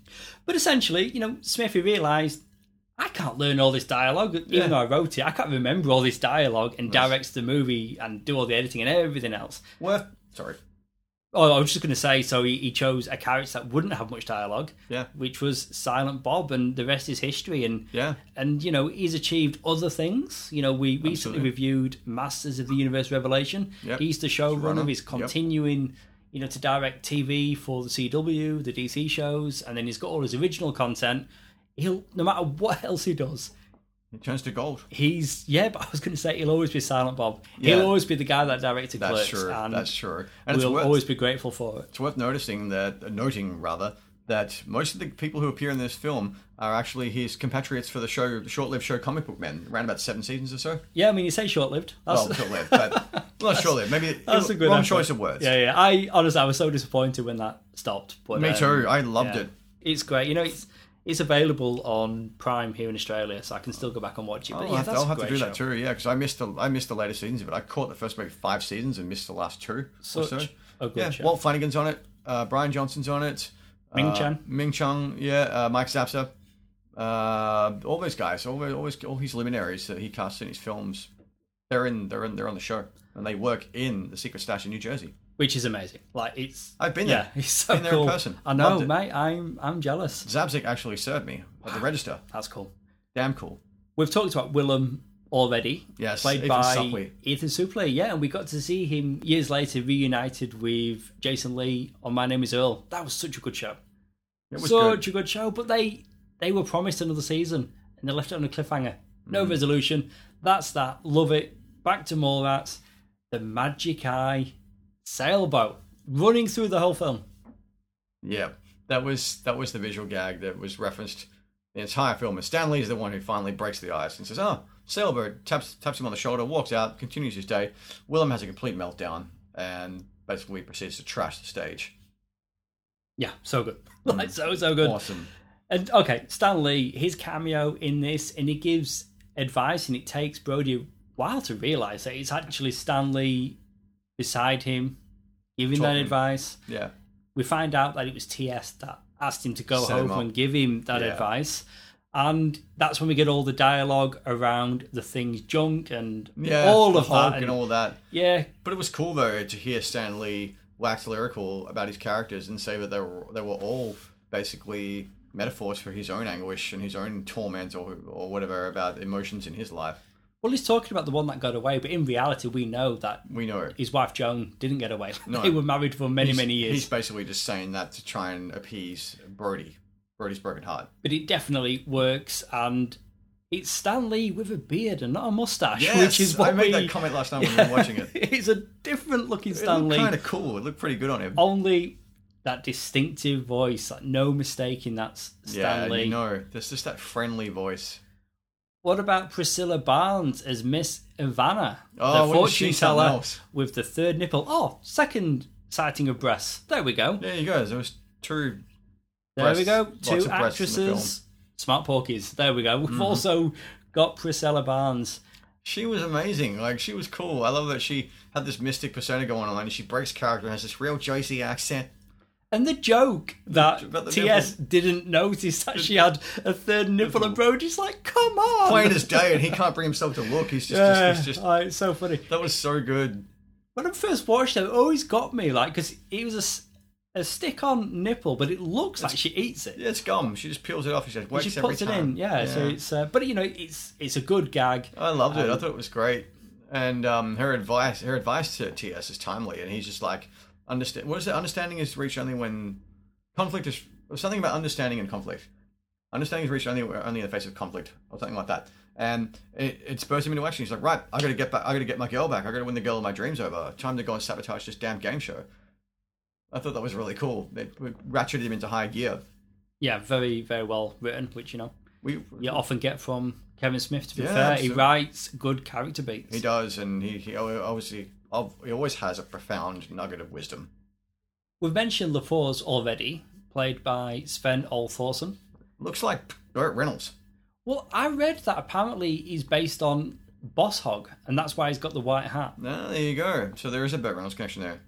Speaker 1: But essentially, you know, Smithy realised I can't learn all this dialogue, even
Speaker 2: Yeah.
Speaker 1: though I wrote it. I can't remember all this dialogue and directs the movie and do all the editing and everything else.
Speaker 2: Well, sorry.
Speaker 1: Oh, I was just going to say, so he, he chose a character that wouldn't have much dialogue,
Speaker 2: Yeah,
Speaker 1: which was Silent Bob, and the rest is history. And
Speaker 2: yeah.
Speaker 1: and you know he's achieved other things. You know, we recently
Speaker 2: Absolutely.
Speaker 1: reviewed Masters of the Universe Revelation.
Speaker 2: Yep.
Speaker 1: He's the showrunner.
Speaker 2: Showrunner.
Speaker 1: He's
Speaker 2: Yep.
Speaker 1: continuing, you know, to direct TV for the CW, the DC shows, and then he's got all his original content. He'll no matter what *laughs* else he does,
Speaker 2: He turns to gold.
Speaker 1: he's yeah. But I was going to say he'll always be Silent Bob.
Speaker 2: Yeah.
Speaker 1: He'll always be the guy that directed
Speaker 2: That's
Speaker 1: Clerks,
Speaker 2: sure.
Speaker 1: and
Speaker 2: That's sure. And it's
Speaker 1: we'll
Speaker 2: worth,
Speaker 1: always be grateful for it.
Speaker 2: It's worth noticing that, uh, noting rather, that most of the people who appear in this film are actually his compatriots for the show, the short-lived show Comic Book Men, around about seven seasons or so.
Speaker 1: Yeah, I mean, you say short-lived. That's, *laughs*
Speaker 2: Well, short-lived, but not short-lived. Maybe
Speaker 1: that's a good
Speaker 2: wrong
Speaker 1: effort.
Speaker 2: choice of words.
Speaker 1: Yeah, yeah. I honestly, I was so disappointed when that stopped. But
Speaker 2: Me
Speaker 1: um,
Speaker 2: too. I loved
Speaker 1: Yeah.
Speaker 2: it.
Speaker 1: It's great. You know, it's It's available on Prime here in Australia, so I can still go back and watch it. But
Speaker 2: Oh,
Speaker 1: yeah,
Speaker 2: I'll-
Speaker 1: that's
Speaker 2: I'll
Speaker 1: a
Speaker 2: have to
Speaker 1: great
Speaker 2: do
Speaker 1: show.
Speaker 2: that too. Yeah, because I missed the I missed the later seasons, but I caught the first maybe five seasons and missed the last two. or
Speaker 1: Such
Speaker 2: so.
Speaker 1: a good
Speaker 2: yeah,
Speaker 1: show.
Speaker 2: Walt Flanagan's on it. Uh, Brian Johnson's on it.
Speaker 1: Ming
Speaker 2: uh,
Speaker 1: Chen.
Speaker 2: Ming Chung. Yeah, uh, Mike Zapsa. Uh, all those guys, all those, all, those, all his luminaries that he casts in his films, they're in, they're in, they're on the show, and they work in the Secret Stash in New Jersey.
Speaker 1: which is amazing. Like it's
Speaker 2: I've been
Speaker 1: yeah, *laughs*
Speaker 2: there.
Speaker 1: it's so
Speaker 2: Been there in
Speaker 1: cool.
Speaker 2: person.
Speaker 1: I know,
Speaker 2: Loved it.
Speaker 1: mate. I'm I'm jealous.
Speaker 2: Zabzik actually served me
Speaker 1: *gasps*
Speaker 2: at the register.
Speaker 1: That's cool.
Speaker 2: Damn cool.
Speaker 1: We've talked about Willem already.
Speaker 2: Yes,
Speaker 1: played
Speaker 2: Ethan
Speaker 1: by
Speaker 2: Suplee.
Speaker 1: Ethan Suplee. Yeah, and we got to see him years later reunited with Jason Lee on My Name Is Earl. That was such a good show.
Speaker 2: It was
Speaker 1: such
Speaker 2: good.
Speaker 1: a good show. But they they were promised another season and they left it on a cliffhanger. No
Speaker 2: Mm.
Speaker 1: resolution. That's that. Love it. Back to Mallrats. The Magic Eye sailboat running through the whole film.
Speaker 2: Yeah, that was that was the visual gag that was referenced the entire film. And Stanley is the one who finally breaks the ice and says, "Oh, sailboat taps taps him on the shoulder, walks out, continues his day." Willem has a complete meltdown and basically proceeds to trash the stage.
Speaker 1: Yeah, so good. *laughs* Like, so, so good.
Speaker 2: Mm. Awesome.
Speaker 1: And okay, Stan Lee, his cameo in this, and he gives advice, and it takes Brody a while to realize that it's actually Stan Lee beside him giving that
Speaker 2: Talking.
Speaker 1: advice.
Speaker 2: Yeah,
Speaker 1: We find out that it was TS that asked him to go
Speaker 2: Set him
Speaker 1: home
Speaker 2: up.
Speaker 1: and give him that
Speaker 2: Yeah.
Speaker 1: advice. And that's when we get all the dialogue around the thing's junk and
Speaker 2: yeah.
Speaker 1: all
Speaker 2: the
Speaker 1: of that.
Speaker 2: Hulk and
Speaker 1: and-
Speaker 2: all that.
Speaker 1: yeah,
Speaker 2: But it was cool though to hear Stan Lee wax lyrical about his characters and say that they were they were all basically metaphors for his own anguish and his own torment or or whatever about emotions in his life.
Speaker 1: well, he's talking about the one that got away, but in reality, we know that
Speaker 2: We know it.
Speaker 1: his wife Joan didn't get away.
Speaker 2: No.
Speaker 1: they were married for many,
Speaker 2: He's-
Speaker 1: many years.
Speaker 2: He's basically just saying that to try and appease Brody, Brody's broken heart.
Speaker 1: but it definitely works and it's Stan Lee with a beard and not a mustache,
Speaker 2: Yes,
Speaker 1: which is what
Speaker 2: I made
Speaker 1: we,
Speaker 2: that comment last night when we were watching it.
Speaker 1: *laughs* it's a different looking
Speaker 2: It
Speaker 1: Stan
Speaker 2: looked
Speaker 1: Lee.
Speaker 2: kind of cool. It looked pretty good on him.
Speaker 1: Oh, Only that distinctive voice, like no mistaking that's
Speaker 2: yeah,
Speaker 1: Stan
Speaker 2: and
Speaker 1: Lee.
Speaker 2: you know, there's just that friendly voice.
Speaker 1: What about Priscilla Barnes as Miss Ivana,
Speaker 2: Oh,
Speaker 1: the
Speaker 2: what is she,
Speaker 1: fortune teller
Speaker 2: something else?
Speaker 1: with the third nipple? Oh, second sighting of breasts. There we go.
Speaker 2: There you go. There was two.
Speaker 1: There we go.
Speaker 2: breasts. Lots
Speaker 1: Two
Speaker 2: of breasts in the film. Mm-hmm.
Speaker 1: actresses, smart porkies. There we go. We've also got Priscilla Barnes.
Speaker 2: She was amazing. Like she was cool. I love that she had this mystic persona going on, and she breaks character and has this real Joycey accent.
Speaker 1: And the joke that
Speaker 2: About the
Speaker 1: TS didn't notice that she had a third nipple and Brody's like, come on.
Speaker 2: Plain as day, and he can't bring himself to look. He's
Speaker 1: *laughs*
Speaker 2: just,
Speaker 1: yeah,
Speaker 2: just, he's just
Speaker 1: like, it's so funny.
Speaker 2: that was so good.
Speaker 1: When I first watched it, it always got me, like, because it was a s- a, stick on nipple, but it looks like she eats it.
Speaker 2: Yeah, it's gum. She just peels it off. She just works
Speaker 1: she
Speaker 2: every
Speaker 1: puts it
Speaker 2: time.
Speaker 1: in, yeah. So it's, uh, but you know, it's it's a good gag.
Speaker 2: I loved it. I thought it was great. And um, her advice, her advice to TS is timely, and he's just like, understand. What is it? Understanding is reached only when conflict is something about understanding and conflict. Understanding is reached only only in the face of conflict, or something like that. And it, it spurs him into action. He's like, right, I got to get back. I got to get my girl back. I got to win the girl of my dreams over. Time to go and sabotage this damn game show. I thought that was really cool. It ratcheted him into high gear.
Speaker 1: Yeah, very very well written, which you know
Speaker 2: We
Speaker 1: you often get from Kevin Smith. To be
Speaker 2: Yeah,
Speaker 1: fair, he
Speaker 2: absolutely.
Speaker 1: writes good character beats.
Speaker 2: He does, and he, he al- obviously al- he always has a profound nugget of wisdom.
Speaker 1: We've mentioned LaForce already, played by Sven Ole Thorsen.
Speaker 2: Looks like Burt Reynolds.
Speaker 1: Well, I read that apparently he's based on Boss Hog, and that's why he's got the white hat.
Speaker 2: Ah, there you go. So there is a Burt Reynolds connection there.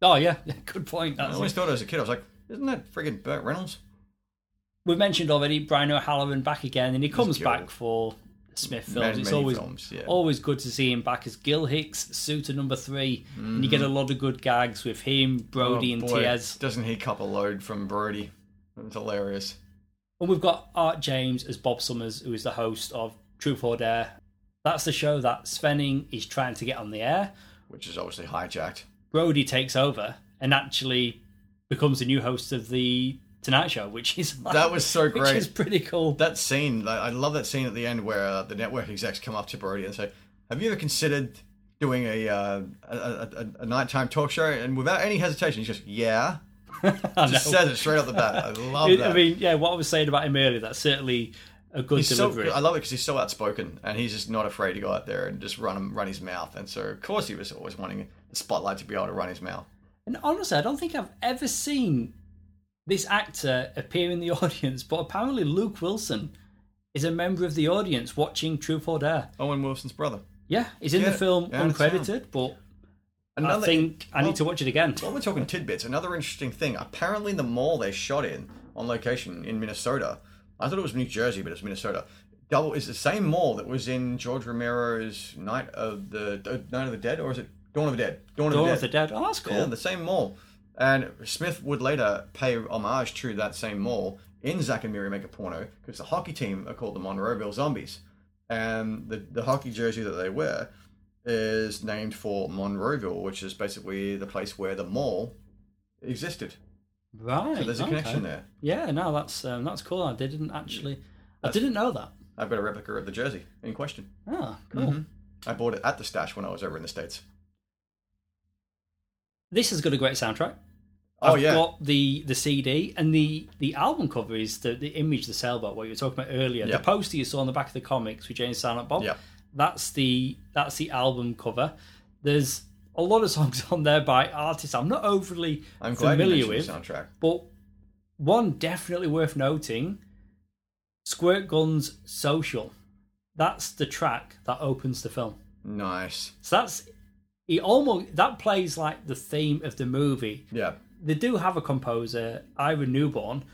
Speaker 1: Oh yeah, *laughs* good point.
Speaker 2: I
Speaker 1: That's
Speaker 2: always
Speaker 1: it.
Speaker 2: thought as a kid, I was like, isn't that friggin' Burt Reynolds?
Speaker 1: We've mentioned already Brian O'Halloran back again, and he comes
Speaker 2: Gil.
Speaker 1: back for Smith films.
Speaker 2: Many,
Speaker 1: it's
Speaker 2: many
Speaker 1: always
Speaker 2: films, yeah.
Speaker 1: always good to see him back as Gil Hicks, suitor number 3 and you get a lot of good gags with him, Brody, and
Speaker 2: Mm. Oh, boy,
Speaker 1: Tiaz.
Speaker 2: Doesn't he cup a load from Brody? It's hilarious.
Speaker 1: And we've got Art James as Bob Summers, who is the host of Truth or Dare. That's the show that Svenning is trying to get on the air.
Speaker 2: Which is obviously hijacked.
Speaker 1: Brody takes over and actually becomes the new host of the Tonight Show, which is like-
Speaker 2: That was
Speaker 1: *laughs*
Speaker 2: so
Speaker 1: which
Speaker 2: great.
Speaker 1: is pretty cool.
Speaker 2: That scene, I I love that scene at the end where uh, the network execs come up to Brody and say, "Have you ever considered doing a uh, a, a, a, a nighttime talk show?" And without any hesitation, he's just, "Yeah."
Speaker 1: *laughs* I know.
Speaker 2: Just says it straight off the bat. I love
Speaker 1: It-
Speaker 2: that.
Speaker 1: I mean, yeah, what I was saying about him earlier, that's certainly a good
Speaker 2: He's so,
Speaker 1: delivery.
Speaker 2: I love it because he's so outspoken and he's just not afraid to go out there and just run him, run his mouth. And so, of course, he was always wanting the spotlight to be able to run his mouth.
Speaker 1: and honestly, I don't think I've ever seen this actor appear in the *laughs* audience, but apparently Luke Wilson is a member of the audience watching Truth or Dare.
Speaker 2: Owen Wilson's brother.
Speaker 1: Yeah, he's in
Speaker 2: Yeah,
Speaker 1: the film
Speaker 2: yeah, it's
Speaker 1: uncredited, but I think I
Speaker 2: well-
Speaker 1: need to watch it again.
Speaker 2: While we're talking tidbits, another interesting thing. Apparently, the mall they shot in on location in Minnesota. I thought it was New Jersey, but it's Minnesota. Double is the same mall that was in George Romero's Night of the uh, Night of the Dead, or is it Dawn of the Dead? Dawn,
Speaker 1: Dawn of the Dead. Oh, that's cool.
Speaker 2: Yeah, the same mall. And Smith would later pay homage to that same mall in Zack and Miri Make a Porno because the hockey team are called the Monroeville Zombies. And the, the hockey jersey that they wear is named for Monroeville, which is basically the place where the mall existed.
Speaker 1: Right.
Speaker 2: So there's a
Speaker 1: okay.
Speaker 2: connection there.
Speaker 1: Yeah, no, that's um, that's cool. I didn't actually, I didn't know that.
Speaker 2: I've got a replica of the jersey in question.
Speaker 1: Ah, cool.
Speaker 2: Mm-hmm. I bought it at the stash when I was over in the States.
Speaker 1: This has got a great soundtrack.
Speaker 2: Oh,
Speaker 1: I've
Speaker 2: yeah.
Speaker 1: got the the CD and the the album cover is the the image of the sailboat what you were talking about earlier.
Speaker 2: Yeah.
Speaker 1: The poster you saw on the back of the comics with James Silent Bob.
Speaker 2: Yeah.
Speaker 1: That's the that's the album cover. There's a lot of songs on there by artists I'm not overly
Speaker 2: I'm glad
Speaker 1: familiar
Speaker 2: you
Speaker 1: with,
Speaker 2: mentioned the soundtrack.
Speaker 1: but one definitely worth noting: Squirt Guns Social. That's the track that opens the film.
Speaker 2: Nice.
Speaker 1: So that's he almost that plays like the theme of the movie.
Speaker 2: Yeah.
Speaker 1: They do have a composer, Ira Newborn,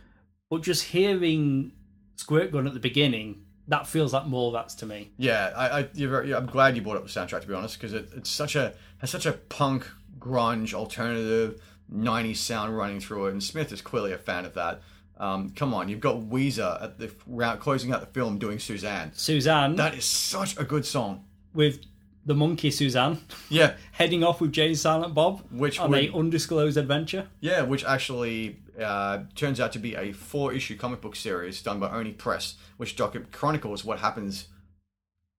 Speaker 1: but just hearing Squirt Gun at the beginning, that feels like more that's to me.
Speaker 2: Yeah, I, I you're very, yeah, I'm glad you brought up the soundtrack to be honest, because it, it's such a has such a punk, grunge, alternative '90s sound running through it, and Smith is clearly a fan of that. Um, come on, you've got Weezer at the round, closing out the film doing Suzanne.
Speaker 1: Suzanne
Speaker 2: That is such a good song.
Speaker 1: with the monkey Suzanne *laughs*
Speaker 2: Yeah,
Speaker 1: heading off with Jane Silent Bob
Speaker 2: Which
Speaker 1: on a
Speaker 2: would-
Speaker 1: undisclosed adventure.
Speaker 2: yeah, which actually uh, turns out to be a four-issue comic book series done by Oni Press, which docu- chronicles what happens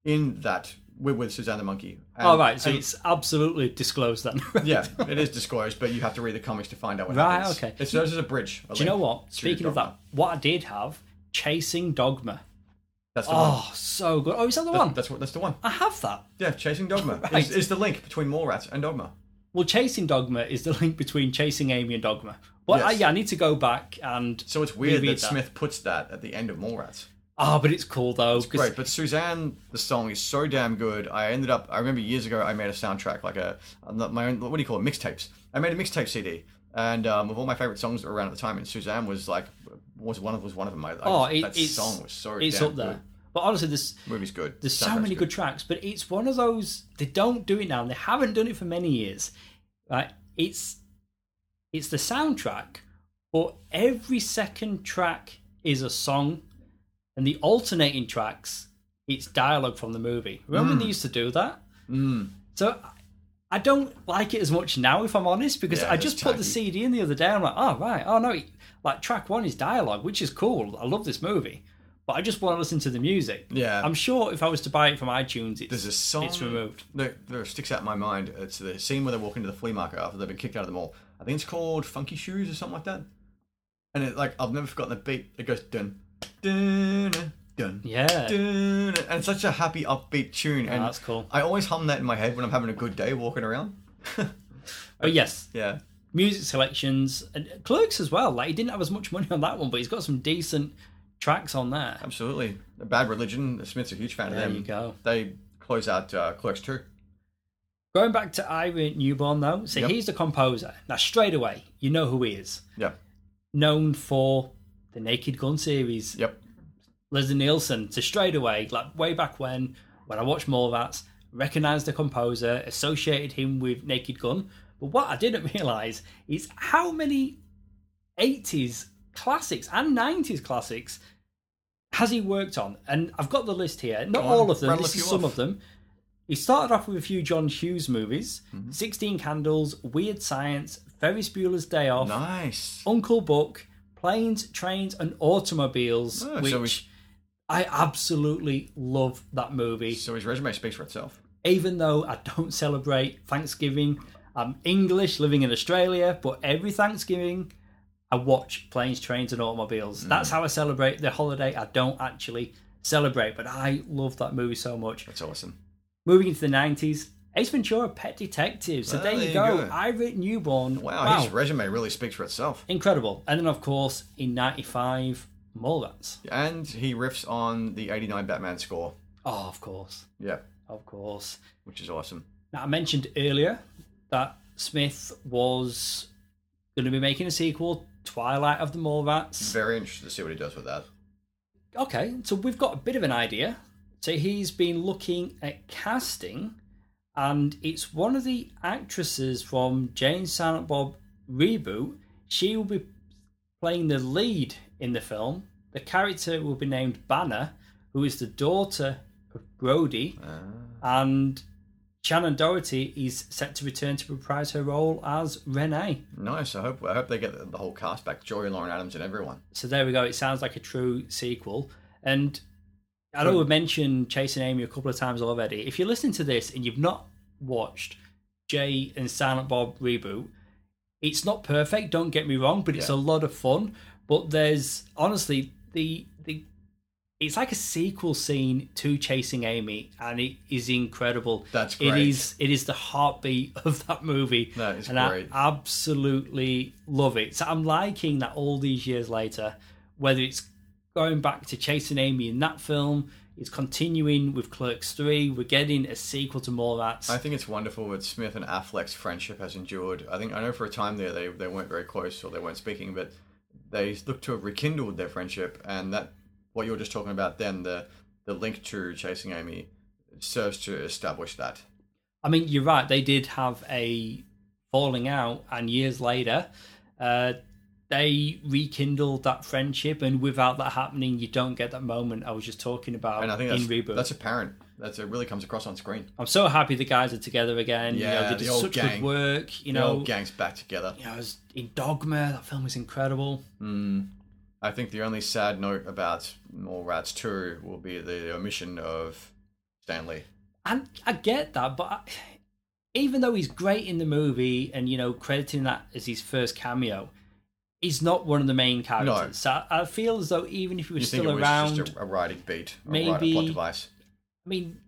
Speaker 2: in that with, with Suzanne the Monkey. And-
Speaker 1: All right, so
Speaker 2: and-
Speaker 1: it's absolutely disclosed then.
Speaker 2: *laughs* Yeah, it is disclosed, but you have to read the comics to find out what
Speaker 1: Right,
Speaker 2: happens.
Speaker 1: okay.
Speaker 2: It serves as a bridge.
Speaker 1: Do you know what? Speaking of that, what I did have, Chasing Dogma.
Speaker 2: that's the one.
Speaker 1: Oh, so good. Oh, is that the one?
Speaker 2: That's what. That's the one.
Speaker 1: I have that.
Speaker 2: Yeah, chasing
Speaker 1: *laughs*
Speaker 2: dogma
Speaker 1: Right.
Speaker 2: is, is the link between more rats and dogma.
Speaker 1: Well, chasing dogma is the *laughs* link between chasing Amy and dogma. Well, I,
Speaker 2: Yes.
Speaker 1: yeah, I need to go back and.
Speaker 2: So it's weird
Speaker 1: Reread
Speaker 2: that,
Speaker 1: that.
Speaker 2: Smith puts that at the end of more rats.
Speaker 1: Ah, but it's cool though. 'cause-
Speaker 2: Great, but Suzanne, the song is so damn good. I ended up. I remember years ago, I made a soundtrack like a I'm not- my own. What do you call it? Mixtapes. I made a mixtape CD, and um, with all my favorite songs that were around at the time, and Suzanne was like was one of was one of them. I, I-
Speaker 1: Oh, it,
Speaker 2: that
Speaker 1: it's
Speaker 2: song was so
Speaker 1: it's
Speaker 2: damn
Speaker 1: up there.
Speaker 2: good.
Speaker 1: But honestly, there's
Speaker 2: Movie's good.
Speaker 1: there's so
Speaker 2: Soundtrack's
Speaker 1: many good. tracks, but it's one of those they don't do it now, and they haven't done it for many years. Right? It's it's the soundtrack, but every second track is a song, and the alternating tracks it's dialogue from the movie. Remember
Speaker 2: Hmm.
Speaker 1: when they used to do that?
Speaker 2: Mm.
Speaker 1: So I- I don't like it as much now, if I'm honest, because
Speaker 2: Yeah,
Speaker 1: I
Speaker 2: it's
Speaker 1: just put the
Speaker 2: tacky.
Speaker 1: CD in the other day. I'm like, oh right, oh no, like track one is dialogue, which is cool. I love this movie, but I just want to listen to the music.
Speaker 2: Yeah.
Speaker 1: I'm sure if I was to buy it from iTunes, it's
Speaker 2: There's a song
Speaker 1: It's removed.
Speaker 2: that, that sticks out in my mind. It's the scene where they walk into the flea market after they've been kicked out of the mall. I think it's called Funky Shoes or something like that. And it like I've never forgotten the beat. It goes dun dun dun
Speaker 1: yeah,
Speaker 2: dun, and it's such a happy upbeat tune. and
Speaker 1: that's cool.
Speaker 2: I always hum that in my head when I'm having a good day walking around.
Speaker 1: but Oh, yes,
Speaker 2: Yeah,
Speaker 1: music selections and Clerks as well. Like he didn't have as much money on that one, but he's got some decent tracks on there.
Speaker 2: absolutely. Bad Religion. Smith's a huge fan of
Speaker 1: There
Speaker 2: them.
Speaker 1: you go.
Speaker 2: They close out uh, Clerks too.
Speaker 1: Going back to Ira Newborn though, so
Speaker 2: Yep.
Speaker 1: he's the composer. Now straight away, you know who he is.
Speaker 2: Yeah.
Speaker 1: Known for the Naked Gun series.
Speaker 2: Yep.
Speaker 1: Leslie Nielsen. So straight away, like way back when, when I watched Mallrats, recognised the composer, associated him with Naked Gun. But what I didn't *laughs* realise is how many 80s classics and 90s classics has he worked on? And I've got the list here. Not
Speaker 2: Go on,
Speaker 1: all of them.
Speaker 2: rattle a
Speaker 1: This is
Speaker 2: few
Speaker 1: some
Speaker 2: off.
Speaker 1: of them. He started off with a few John Hughes movies:
Speaker 2: Mm-hmm.
Speaker 1: Sixteen Candles, Weird Science, Ferris Bueller's Day Off,
Speaker 2: Nice.
Speaker 1: Uncle Buck, Planes, Trains, and Automobiles,
Speaker 2: Oh,
Speaker 1: which
Speaker 2: so
Speaker 1: I absolutely love that movie.
Speaker 2: So his resume speaks for itself.
Speaker 1: Even though I don't *laughs* celebrate Thanksgiving, I'm English living in Australia, but every Thanksgiving I watch Planes, Trains, and Automobiles. That's how I celebrate the holiday I don't actually celebrate, but I love that movie so much.
Speaker 2: That's awesome.
Speaker 1: Moving into the 90s, Ace Ventura: Pet Detective. So
Speaker 2: Ah,
Speaker 1: there, you go. Irate Newborn.
Speaker 2: Wow, his resume really speaks for itself.
Speaker 1: incredible. And then of course in '95, Mallrats.
Speaker 2: And he riffs on the 89 Batman score.
Speaker 1: Oh, of course,
Speaker 2: Yeah,
Speaker 1: of course.
Speaker 2: which is awesome.
Speaker 1: Now I mentioned earlier that Smith was going to be making a sequel, Twilight of the Mallrats.
Speaker 2: Very interested to see what he does with that.
Speaker 1: okay, so we've got a bit of an idea. So he's been looking at casting, and it's one of the actresses from Jane Silent Bob reboot. She will be playing the lead in the film. The character will be named Banner, who is the daughter of Brody, and Shannon Doherty is set to return to reprise her role as Renee.
Speaker 2: Nice. I hope I hope they get the- the whole cast back. Jory Lauren Adams and everyone.
Speaker 1: So there we go. It sounds like a true sequel. And I know we've mentioned Chasing Amy a couple of times already. If you're listening to this and you've not watched Jay and Silent Bob reboot, it's not perfect. Don't get me wrong, but it's
Speaker 2: Yeah.
Speaker 1: a lot of fun. But there's honestly the the it's like a sequel scene to Chasing Amy, and it is incredible.
Speaker 2: That's
Speaker 1: It
Speaker 2: great.
Speaker 1: is it is the heartbeat *laughs* of that movie.
Speaker 2: That is
Speaker 1: and
Speaker 2: great.
Speaker 1: I absolutely love it. So I'm liking that all these years later, whether it's going back to Chasing Amy in that film, it's continuing with Clerks 3, we're getting a sequel to Mallrats.
Speaker 2: I think it's wonderful that Smith and Affleck's friendship has endured. I think I know for a time there they, they weren't very close or they weren't speaking, but they look to have rekindled their friendship and that what you were just talking about then, the the link to chasing Amy serves to establish that.
Speaker 1: I mean, you're right. They did have a falling out, and years later, uh, they rekindled that friendship. And without that happening, you don't get that moment I was just talking about
Speaker 2: And I think
Speaker 1: in
Speaker 2: that's
Speaker 1: reboot.
Speaker 2: that's apparent. That's it really comes across on screen.
Speaker 1: I'm so happy the guys are together again. You know,
Speaker 2: Yeah,
Speaker 1: they
Speaker 2: the
Speaker 1: did
Speaker 2: old
Speaker 1: such
Speaker 2: gang.
Speaker 1: good work. You
Speaker 2: The
Speaker 1: know,
Speaker 2: old gang's back together.
Speaker 1: you know, I was in Dogma. That film was incredible.
Speaker 2: Hmm. I think the only sad note about More Rats 2 will be the omission of Stanley.
Speaker 1: And I get that, but I, even though he's great in the movie, and you know, crediting that as his first cameo. He's not one of the main characters. So I- I feel as though even if he was
Speaker 2: You think
Speaker 1: still
Speaker 2: it was
Speaker 1: around,
Speaker 2: just a, a writing beat, a, write, a
Speaker 1: Maybe-
Speaker 2: plot device?
Speaker 1: I mean,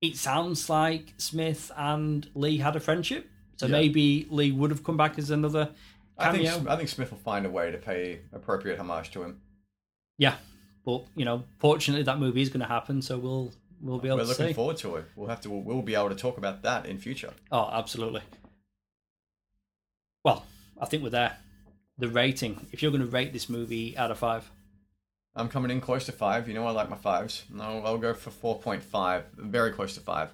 Speaker 1: it sounds like Smith and Lee had a friendship, so
Speaker 2: Yeah.
Speaker 1: maybe Lee would have come back as another
Speaker 2: I
Speaker 1: cameo.
Speaker 2: think I think Smith will find a way to pay appropriate homage to him.
Speaker 1: Yeah, but you know, fortunately, that movie is going to happen, so we'll we'll be able
Speaker 2: We're
Speaker 1: to
Speaker 2: looking
Speaker 1: see.
Speaker 2: forward to it. We'll have to we'll, we'll be able to talk about that in future.
Speaker 1: oh, absolutely. Well, I think we're there. The rating. If you're going to rate this movie out of five,
Speaker 2: I'm coming in close to five. You know I like my fives. No, I'll go for four point five. Very close to five.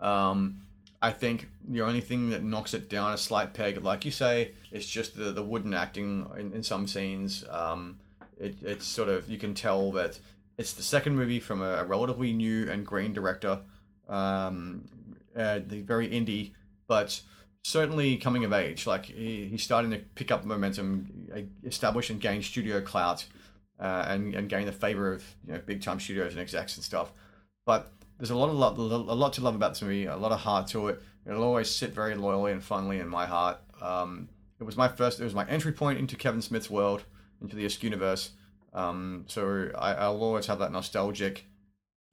Speaker 2: Um, I think the only thing that knocks it down a slight peg, like you say, is just the the wooden acting in, in some scenes. Um, it, it's sort of you can tell that it's the second movie from a, a relatively new and green director, um, uh, the very indie, but certainly coming of age. Like he, he's starting to pick up momentum, uh, establish and gain studio clout, uh, and and gain the favor of you know big time studios and execs and stuff. But there's a lot of love, a lot to love about this movie. A lot of heart to it. It'll always sit very loyally and fondly in my heart. Um, it was my first. It was my entry point into Kevin Smith's world, into the Esk universe. Um, so I, I'll always have that nostalgic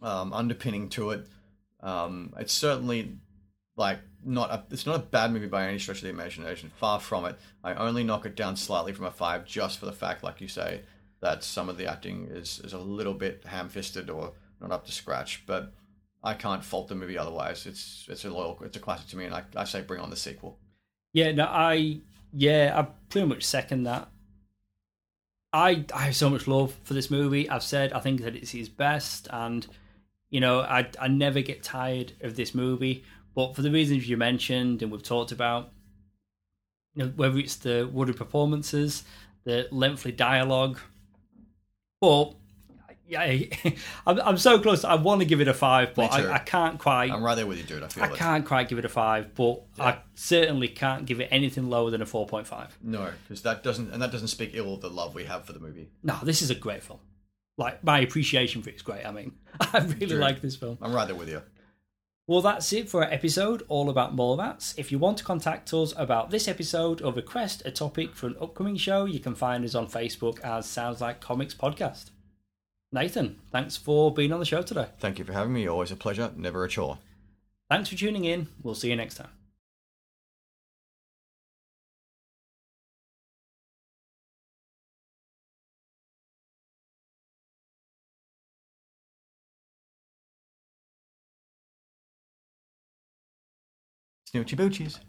Speaker 2: um, underpinning to it. Um, it's certainly like not a, it's not a bad movie by any stretch of the imagination. Far from it. I only knock it down slightly from a five just for the fact, like you say, that some of the acting is is a little bit ham-fisted or not up to scratch. But I can't fault the movie otherwise. It's it's a loyal, it's a classic to me, and I, I say bring on the sequel.
Speaker 1: yeah, no, I yeah, I pretty much second that. I I have so much love for this movie. I've said I think that it's his best, and you know I I never get tired of this movie. But for the reasons you mentioned and we've talked about, you know, whether it's the wooded performances, the lengthy dialogue, or yeah, *laughs* I- I'm, I'm so close. I want to give it a five, but
Speaker 2: too.
Speaker 1: I, I can't quite.
Speaker 2: I'm right there with you, dude. I feel
Speaker 1: I
Speaker 2: it.
Speaker 1: can't quite give it a five, but I certainly can't give it anything lower than a four point five.
Speaker 2: No, because that doesn't and that doesn't speak ill of the love we have for the movie.
Speaker 1: No, this is a great film. Like my appreciation for it is great. I mean, *laughs* I really
Speaker 2: True.
Speaker 1: like this film.
Speaker 2: I'm right there with you.
Speaker 1: Well, that's it for our episode all about Mallrats. If you want to contact us about this episode or request a topic for an upcoming show, you can find us on Facebook as Sounds Like Comics Podcast. Nathan, thanks for being on the show today.
Speaker 2: Thank you for having me. Always a pleasure, never a chore.
Speaker 1: Thanks for tuning in. We'll see you next time.
Speaker 2: Snoochie boochies.